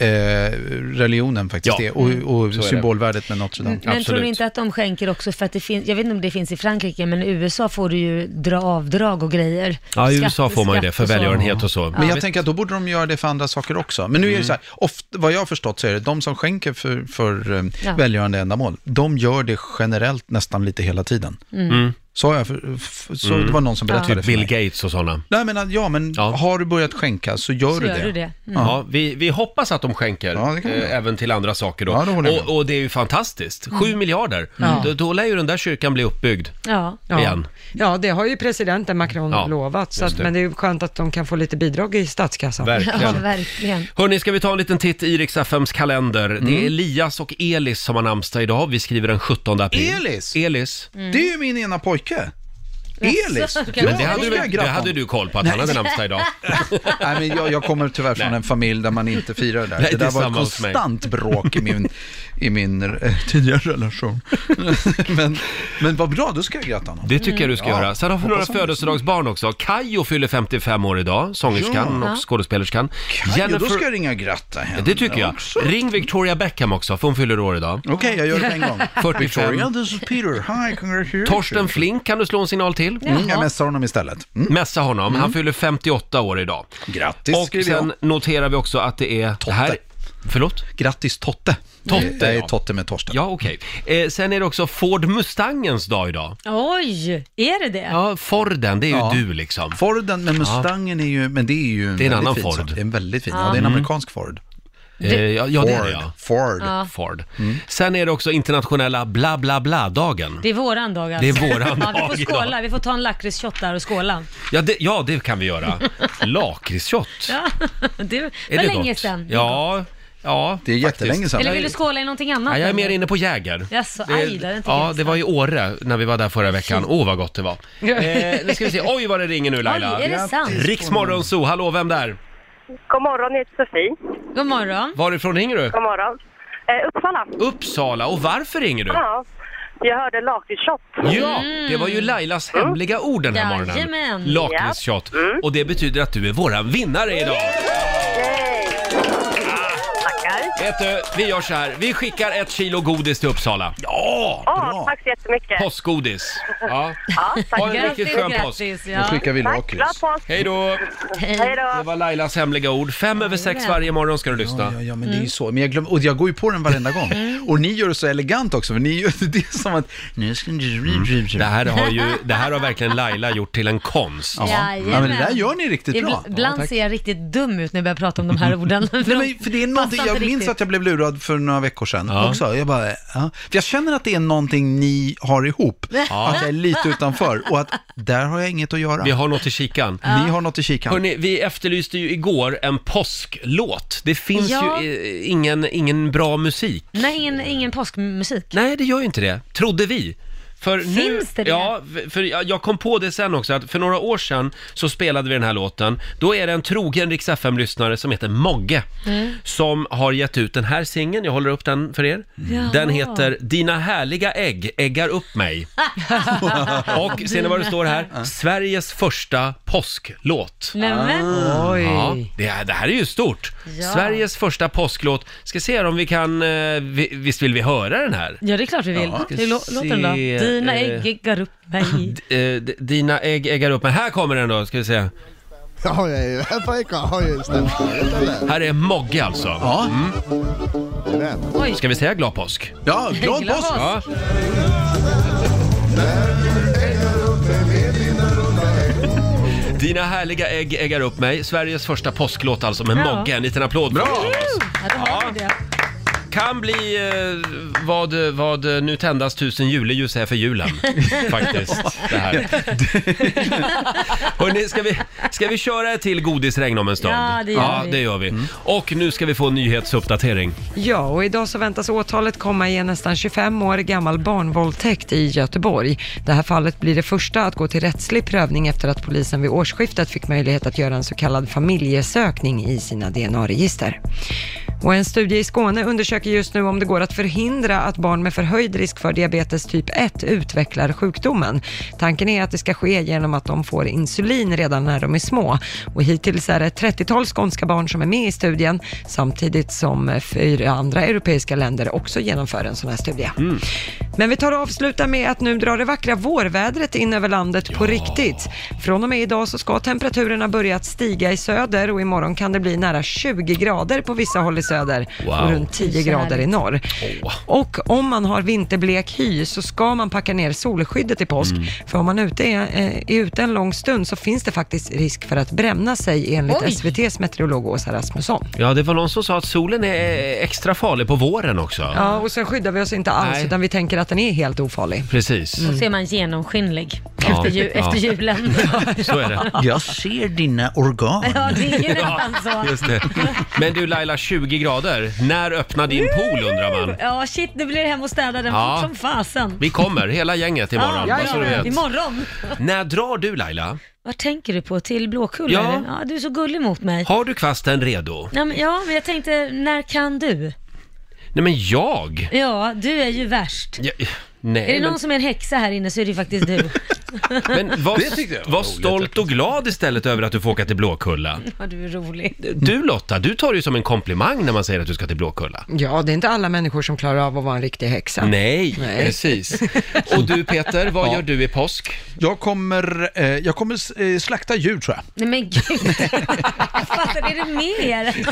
eh, religionen faktiskt Ja. Mm. är och, och Så är det. symbolvärdet med Notre Dame. Mm, Men tror du inte att de skänker också för att det finns, jag vet inte om det finns i Frankrike, men i USA får du ju dra avdrag och grejer. Ja, i Skatt- USA får man ju skatt det för och så. välgörenhet och så. Men jag tänker att då borde de göra det för andra saker också. Men nu är det Mm. så här, ofta, vad jag har förstått så är det de som skänker för, för eh, Ja. välgörande ändamål, de gör det generellt nästan lite hela tiden. Mm. Mm. Så, har jag, för- f- så det var någon som berättade Typ för Bill mig. Gates och Mm. sådana. Nej men att- ja, men har du börjat skänka så gör Så du gör det. du det. Mm. Ja, vi, vi hoppas att de skänker kan vi eh, även till andra saker då. Ja, det håller jag och, och det är ju fantastiskt. Sju Mm. miljarder. Ja. Då, då lär ju den där kyrkan bli uppbyggd. Ja. Igen. ja, det har ju presidenten Macron Ja, lovat, så just att, det. men det är ju skönt att de kan få lite bidrag i statskassan. Verkligen. Ja, verkligen. Hörni, ska vi ta en liten titt i Rix FMs kalender? Mm. Det är Elias och Elis som har namnsdag idag. Vi skriver den 17 april. Elis? Elis. Det är ju min ena pojke. Elis! Mm. Jaså, Men det hade, ska jag du, gratta det hade honom. du koll på att han Nej. hade namnsdag *laughs* idag. Nej, men jag, jag kommer tyvärr från en familj där man inte firar det där. Nej, det det där är var ett samma hos mig. konstant bråk i min, i min eh, tidigare *laughs* relation. men, men vad bra, då ska jag gratta honom. Det tycker jag du ska Ja, göra. Sen har vi några hoppas han- födelsedagsbarn också. Kajo fyller 55 år idag, sångerskan Ja. och skådespelerskan. Kajo, då ska jag ringa och gratta henne. Det tycker jag. också. Ring Victoria Beckham också, för hon fyller år idag. Okej, jag gör det på en *laughs* gång. 45. Victoria, this is Peter. Hi, congratulations. Torsten Flink kan du slå en signal till. Mm, jag messar honom istället. Mm. Mässa honom, han Mm. fyller 58 år idag. Grattis, Och skriver jag. sen noterar vi också att det är... Totte. Här... Förlåt? Grattis Totte. Totte, Det är ja. Totte med Torsten. Ja, okej. Eh, sen är det också Ford Mustangens dag idag. Oj, är det det? Ja, Forden, det är ju Ja. du liksom. Forden, men Mustangen är ju, men det är ju Det är en väldigt annan fin Ford. sak. Det är en väldigt fin, ja. Ja. det är en Mm. amerikansk Ford. Eh, ja, ja, det är det, Ford. ja. Ford. Ja. Ford. Sen är det också internationella bla bla bla-dagen. Mm. Det är våran dag alltså. Det är *laughs* våran ja, Vi dag får idag. skåla, vi får ta en lakritsshot där och skåla. Ja, det- ja, det kan vi *laughs* göra. Lakritsshot. Ja, *laughs* det var Är det länge gott? sedan. Ja, ja. Det är jättelänge Eller vill du skåla i någonting annat? Ja, jag är mer eller? inne på Jäger. Jaså, Det- aj, det är inte Mm. ja, gott. det var i Åre när vi var där förra veckan. Åh, vad gott det *laughs* var. Eh, nu ska vi se. Oj, vad det ringer nu Laila. Oj, är det sant? Riksmorgon Zoo. Hallå, vem där? God morgon, jag heter Sofie. God morgon. Varifrån ringer du? God morgon. Eh, Uppsala. Uppsala. Och varför ringer du? Ja, jag hörde lakritsshot. Ja, det var ju Lailas hemliga ord den här morgonen. Jajamän. Lakritstjat. Mm. Och det betyder att du är våran vinnare idag. Tackar. Vet du, vi gör så här. Vi skickar ett kilo godis till Uppsala. Ja, Ja, tack så jättemycket. Postgodis. Ja. Ja, tack. Ha en riktigt skön påsk. Tack, glad påsk. Hej då! Hej då. Det var Lailas hemliga ord. Fem över sex varje morgon ska du lyssna. Ja, ja, men det är ju så. Men jag, glöm, och jag går ju på den varenda gång. Och ni gör det så elegant också, för ni gör *laughs* det är som att... Nu ska Mm. Det här har ju, det här har verkligen Laila gjort till en konst. Jajamän. ni riktigt bra. Ibland Ja, tack. ser jag riktigt dum ut när jag börjar prata om de här orden. *laughs* Nej, men för det är någonting, Passar jag inte minns minns att jag blev lurad för några veckor sedan också. Jag, bara, ja. för jag känner att det är någonting ni har ihop, Ja. att jag är lite utanför och att där har jag inget att göra. Vi har något i kikan. Ni har något i kikan. Hörrni, vi efterlyste ju igår en påsklåt. Det finns Ja. ju eh, ingen, ingen bra musik. Nej, ingen, ingen påskmusik. Nej, det gör ju inte det, trodde vi. För Finns nu, det det? Ja, för- för jag jag kom på det sen också, att för några år sedan så spelade vi den här låten. Då är det en trogen Rix FM-lyssnare som heter Mogge Mm. som har gett ut den här singeln, jag håller upp den för er. Jaha. Den heter “Dina härliga ägg äggar upp mig”. *laughs* Och ser ni vad det står här? Sveriges första påsklåt. Nämen. Ah. Oj. Ja, det, här- det här är ju stort. Ja. Sveriges första påsklåt. Ska se här om vi kan, eh, vi, visst vill vi höra den här? Ja, det är klart vi vill. Ja. Ska Hur lå- låter den då? se, Dina eh, ägg äggar upp *laughs* mig. D- eh, d- dina ägg äggar upp mig. Här kommer den då, ska vi se. Ja, jag är ju här pojkar, har ju stämt ut eller? Här är Mogge alltså. Ja. Oj. Mm. Ska vi säga glad påsk? Ja, Mm. glad Glad påsk. Ja. Dina härliga ägg äggar upp mig. Sveriges första påsklåt alltså med Ja. Mogge. En liten applåd. Bra! Ja, då har vi det. Kan bli eh, vad, vad nu tändas tusen juleljus är för julen. Faktiskt. Det här. *laughs* Hörrni, ska vi, ska vi köra ett till godisregn om en stund? Ja, det gör ja, vi. Mm. Det gör vi. Och nu ska vi få en nyhetsuppdatering. Ja, och idag så väntas åtalet komma i en nästan 25 år gammal barnvåldtäkt i Göteborg. Det här fallet blir det första att gå till rättslig prövning efter att polisen vid årsskiftet fick möjlighet att göra en så kallad familjesökning i sina DNA-register. Och en studie i Skåne undersöker just nu om det går att förhindra att barn med förhöjd risk för diabetes typ 1 utvecklar sjukdomen. Tanken är att det ska ske genom att de får insulin redan när de är små. Och hittills är det ett 30-tal skånska barn som är med i studien samtidigt som fyra andra europeiska länder också genomför en sån här studie. Men vi tar och avslutar med att nu drar det vackra vårvädret in över landet på riktigt. Från och med idag så ska temperaturerna börja att stiga i söder och imorgon kan det bli nära 20 grader på vissa håll i söder och Wow. runt 10 Så grader i härligt. norr. Och om man har vinterblek hy så ska man packa ner solskyddet i påsk. Mm. För om man ute är, eh, är ute en lång stund så finns det faktiskt risk för att bränna sig enligt Oj. SVTs meteorolog Åsa Rasmusson. Ja, det var någon som sa att solen är extra farlig på våren också. Ja, och sen skyddar vi oss inte alls Nej. utan vi tänker att den är helt ofarlig. Precis. Mm. Och så är man genomskinlig Ja. efter, ju, Ja. efter *laughs* julen. Så är det. Jag ser dina organ. Ja, det är ju nästan Ja, så. Just det. Men du Laila, 20 grader. När öppnar din pool undrar man? Ja, shit, nu blir det hem och städa den Ja. fort som fasen. Vi kommer, hela gänget imorgon. Ja, bara så du vet. Imorgon. När drar du Laila? Vad tänker du på? Till Blåkulla? Ja. eller? ja, du är så gullig mot mig. Har du kvasten redo? Ja men, ja, men jag tänkte, när kan du? Nej men jag? Ja, du är ju värst. Ja, nej, är det någon men, som är en häxa här inne så är det ju *laughs* faktiskt du. men *laughs* var, var stolt och glad istället över att du får åka till Blåkulla. Ja, du är rolig. Du Lotta, du tar det ju som en komplimang när man säger att du ska till Blåkulla. Ja, det är inte alla människor som klarar av att vara en riktig häxa. Nej, precis. Och du Peter, vad gör du i påsk? Jag kommer, eh, jag kommer eh, slakta djur tror jag. Nej men gud. *laughs* Fattar, är det mer?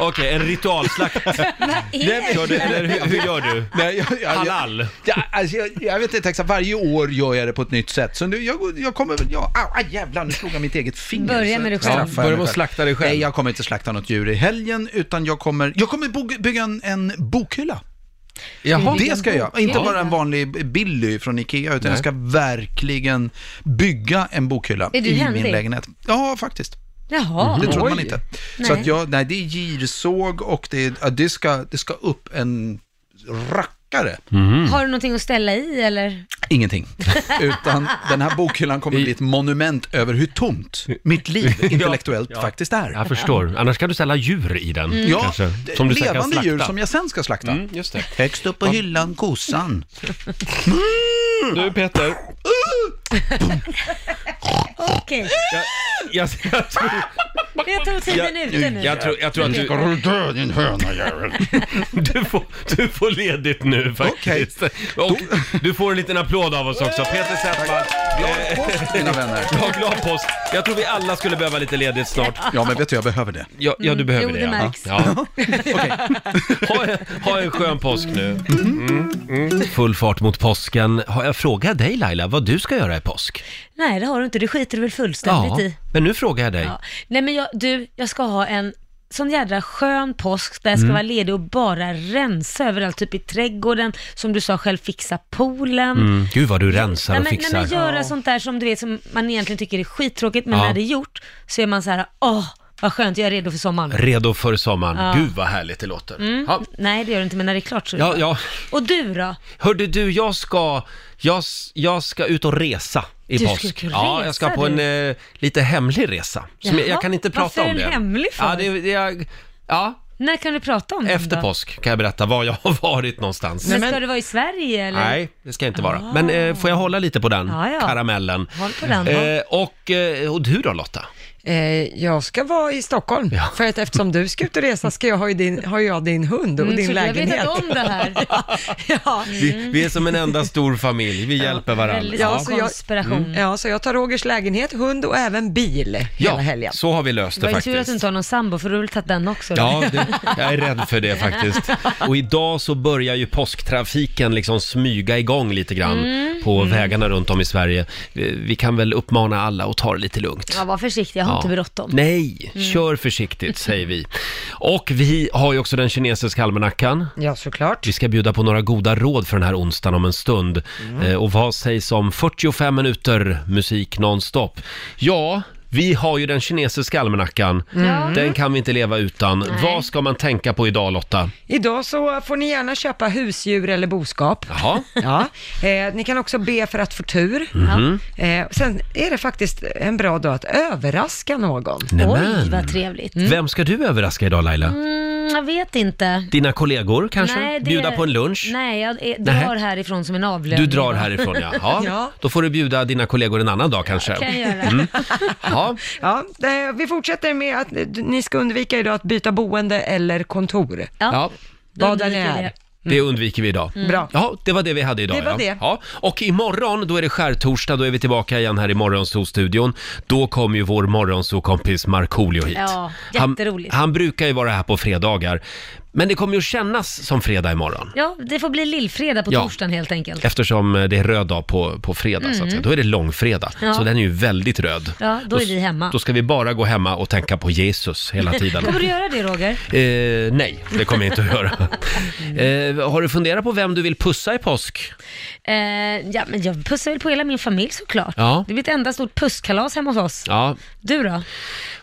Okej, en *laughs* ritualslakt. det? Kör du, eller hur, hur gör du? Nej, jag, jag, Halal. Jag, jag, alltså, jag, jag vet inte exakt, varje år gör jag det på ett nytt sätt. Så nu, jag, jag kommer, jag, au, aj, jävlar, nu slog jag mitt eget finger. Börja Så med dig straffar själv. jag Börja mig med att slakta dig själv. Nej, jag kommer inte slakta något djur i helgen, utan jag kommer, jag kommer bo- bygga en, en bokhylla. Jaha. Det ska jag göra. Inte Ja. bara en vanlig Billy från Ikea, utan Nej. jag ska verkligen bygga en bokhylla Är du i händig? min lägenhet. Ja, faktiskt. Jaha. Det trodde man inte. Så Nej. att jag, nej, det är girsåg och det, är- ja, det, ska, det ska upp en rackare. Har du någonting att ställa i eller? Ingenting. *laughs* Utan den här bokhyllan kommer bli ett monument över hur tomt mitt *laughs* liv intellektuellt faktiskt är. Jag förstår. Annars kan du ställa djur i den Mm. Ja, kanske. det- Som du sen kan levande slakta. djur som jag sen ska slakta. Mm, just det. Högst upp på hyllan, kossan. Du Peter. Okej. Jag, *laughs* jag, jag tror, Jag tror tiden är ute nu. jag, tror, jag tror att du... dö din höna jävel. Du får, du får ledigt nu faktiskt. Och du får en liten applåd av oss också. Peter Settman. Eh, Glad påsk mina vänner. Ja, glad påsk. Jag tror vi alla skulle behöva lite ledigt snart. Ja, men vet du, jag behöver det. Ja, ja du Mm, behöver jo, det. det ja. märks. Ja. ha, en- ha en skön påsk nu. Mm, mm. Full fart mot påsken. Har jag frågat dig Laila vad du ska göra i påsk? Nej, det har du inte. Det skiter du väl fullständigt i. men nu frågar jag dig. Ja. Nej men jag, du, jag ska ha en sån jädra skön påsk där jag ska Mm. vara ledig och bara rensa överallt, typ i trädgården, som du sa själv, fixa poolen. Mm. Gud vad du rensar Nej och men, nej, fixar. men göra sånt där som du vet som man egentligen tycker är skittråkigt men Ja. när det är gjort så är man så här, åh vad skönt jag är redo för sommaren. Redo för sommaren. Ja. Gud vad härligt det låter. Mm. Nej det gör det inte men när det är klart så är det Ja, bra. ja. Och du då? Hörde du, jag ska, jag, s- jag ska ut och resa i Du ska påsk. ut och ja, resa, jag ska på en du. eh, lite hemlig resa. Som jag, Jaha, jag kan inte varför prata är om det. den hemlig för? Ja, det, det, jag, ja, När kan du prata om den efter då? påsk kan jag berätta var jag har *laughs* varit någonstans. Men ska du vara i Sverige eller? Nej, det ska jag inte vara. Men eh, får jag hålla lite på den Ja, ja. karamellen? Håll på den, Eh, och, eh, och du då Lotta? Eh, jag ska vara i Stockholm, för att eftersom du ska ut och resa ska jag ha ju din, har jag din hund och Mm, din så jag vet lägenhet. inte om *laughs* det här. Vi, vi är som en enda stor familj, vi hjälper varandra. Ja, så jag, Mm. ja, så jag tar Rogers lägenhet, hund och även bil Ja, hela helgen. så har vi löst Det det var ju faktiskt. tur att du inte har någon sambo för du har väl tagit den också? då? Ja, det, jag är rädd för det *laughs* faktiskt. Och idag så börjar ju påsktrafiken liksom smyga igång lite grann Mm. på Mm. vägarna runt om i Sverige. Eh, Vi kan väl uppmana alla att ta det lite lugnt. Ja, var försiktig, jag har Ja. inte bråttom. Nej, Mm. kör försiktigt säger vi. Och vi har ju också den kinesiska almanackan. Ja, såklart. Vi ska bjuda på några goda råd för den här onsdagen om en stund. Eh, och vad sägs om 45 minuter musik nonstop? Ja, vi har ju den kinesiska almanackan. Mm. Den kan vi inte leva utan. Vad ska man tänka på idag Lotta? Idag så får ni gärna köpa husdjur eller boskap. Jaha. Ja. *laughs* Eh, ni kan också be för att få tur. Mhm. Eh, sen är det faktiskt en bra dag att överraska någon. Nämen. Oj, vad trevligt. Vem ska du överraska idag Laila? Mm, jag vet inte. Dina kollegor kanske? det- Bjuda på en lunch? Nej, jag jag Nej. drar härifrån som en Du avlöning. drar va? härifrån ja. ja. Då får du bjuda dina kollegor en annan dag kanske. kan jag göra. Mm. Ja. Ja, eh, vi fortsätter med att eh, ni ska undvika idag att byta boende eller kontor. Ja. Vad den är. Det undviker vi idag. Mm. Bra. Ja, det var det vi hade idag. Det var ja. det. Ja. Och imorgon, då är det skärtorsdag, då är vi tillbaka igen här i Morgonzoo-studion. Då kommer ju vår morgonzoo-kompis Markoolio hit. Ja, jätteroligt. Han, han brukar ju vara här på fredagar, men det kommer ju kännas som fredag imorgon. Ja, det får bli lillfredag på Ja. torsdagen helt enkelt. Eftersom det är röd dag på, på fredag, så att Mm. säga. då är det långfredag. Ja. Så den är ju väldigt röd. Ja, då är s- vi hemma. Då ska vi bara gå hemma och tänka på Jesus *laughs* hela tiden. Kommer du göra det Roger? Eh, nej, det kommer jag inte att *laughs* göra. Eh, har du funderat på vem du vill pussa i påsk? Eh, ja, men jag pussar väl på hela min familj såklart. Ja. Det blir ett enda stort pusskalas hemma hos oss. Ja. Du då?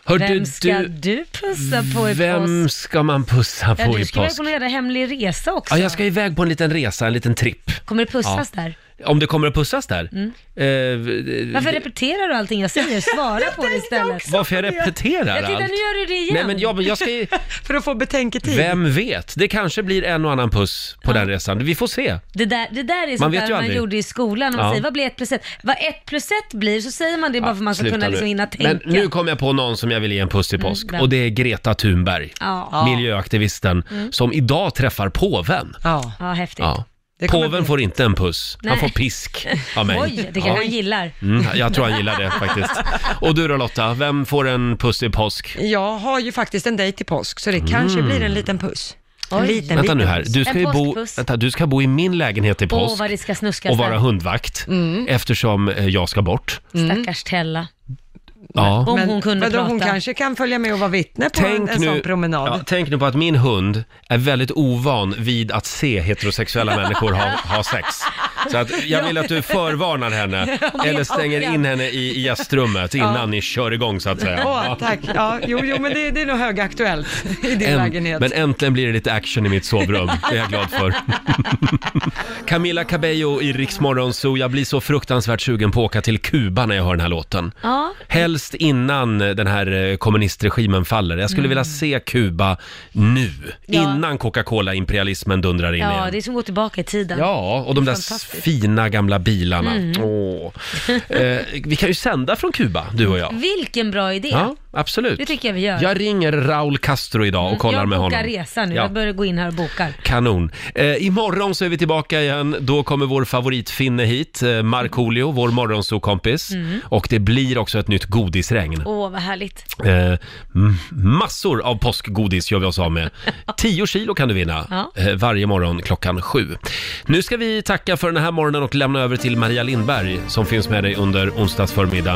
Hör vem du, ska du- du, pussa på i påsk? Vem ska man pussa på Ja, du i ska iväg påsk? på någon jävla hemlig resa också. Ja, jag ska iväg på en liten resa, en liten tripp. Kommer det pussas Ja. där? Om det kommer att pussas där? Mm. Eh, Varför repeterar du allting jag säger? Svara på det istället. Varför jag repeterar Ja, titta, allt? nu gör du det igen. Nej, men jag- men *laughs* jag ska ju- För att få betänketid. Vem vet? Det kanske blir en och annan puss på den resan. Vi får se. Det där, det där är Man sånt vet där ju man aldrig. gjorde i skolan. Och man Ja. säger, vad blir ett plus ett? Vad ett plus ett blir så säger man det bara för att man ska Sluta kunna nu. liksom hinna tänka. Men nu kom jag på någon som jag vill ge en puss i Mm, påsk vem? och det är Greta Thunberg, Ja. miljöaktivisten, Mm. som idag träffar påven. Ja. ja, häftigt. Ja. Påven får inte en puss, han Nej. får pisk av mig. *laughs* Oj, det kanske han gillar. Mm, jag tror han gillar det faktiskt. Och du då Lotta, vem får en puss i påsk? Jag har ju faktiskt en dejt i påsk, så det Mm. kanske blir en liten puss. En liten, vänta liten nu här, puss. du ska, ju bo, vänta, du ska bo i min lägenhet i Åh, påsk vad det ska snuskas och vara där. hundvakt Mm. eftersom eh, jag ska bort. Stackars Mm. Tella. Ja. Om hon kunde vadå, prata. hon kanske kan följa med och vara vittne på en, en sån promenad. ja, tänk nu på att min hund är väldigt ovan vid att se *laughs* heterosexuella människor ha, ha sex. Så att jag vill att du förvarnar henne, *laughs* Ja, eller stänger ja. in henne i, i gästrummet innan Ja. ni kör igång så att säga. Åh, Ja. tack. Ja, jo, jo, men det, det är nog högaktuellt i din Äm- lägenhet. Men äntligen blir det lite action i mitt sovrum, det är jag glad *laughs* för. Camila Cabello i Rix Morgon Zoo, jag blir så fruktansvärt sugen på att åka till Kuba när jag hör den här låten. Ja. Helst innan den här eh, kommunistregimen faller. Jag skulle Mm. vilja se Kuba nu, Ja. innan Coca-Cola-imperialismen dundrar in Ja, igen. det är som att gå tillbaka i tiden. Ja, och de där Fantastiskt. fina gamla bilarna. Mm. Åh. Eh, vi kan ju sända från Kuba, du och jag. Vilken bra idé. Ja, absolut. Det tycker jag vi gör. Jag ringer Raul Castro idag och kollar jag med honom. Jag bokar resan nu. Ja. Jag börjar gå in här och bokar. Kanon. Eh, imorgon så är vi tillbaka igen. Då kommer vår favoritfinne hit, eh, Markoolio, vår morgonsokompis. Mm. Och det blir också ett nytt godisregn. Åh, vad härligt. Eh, m- massor av påskgodis gör vi oss av *laughs* med. 10 kilo kan du vinna Ja. eh, varje morgon klockan sju. Nu ska vi tacka för den här morgonen och lämna över till Maria Lindberg som finns med dig under onsdagsförmiddagen.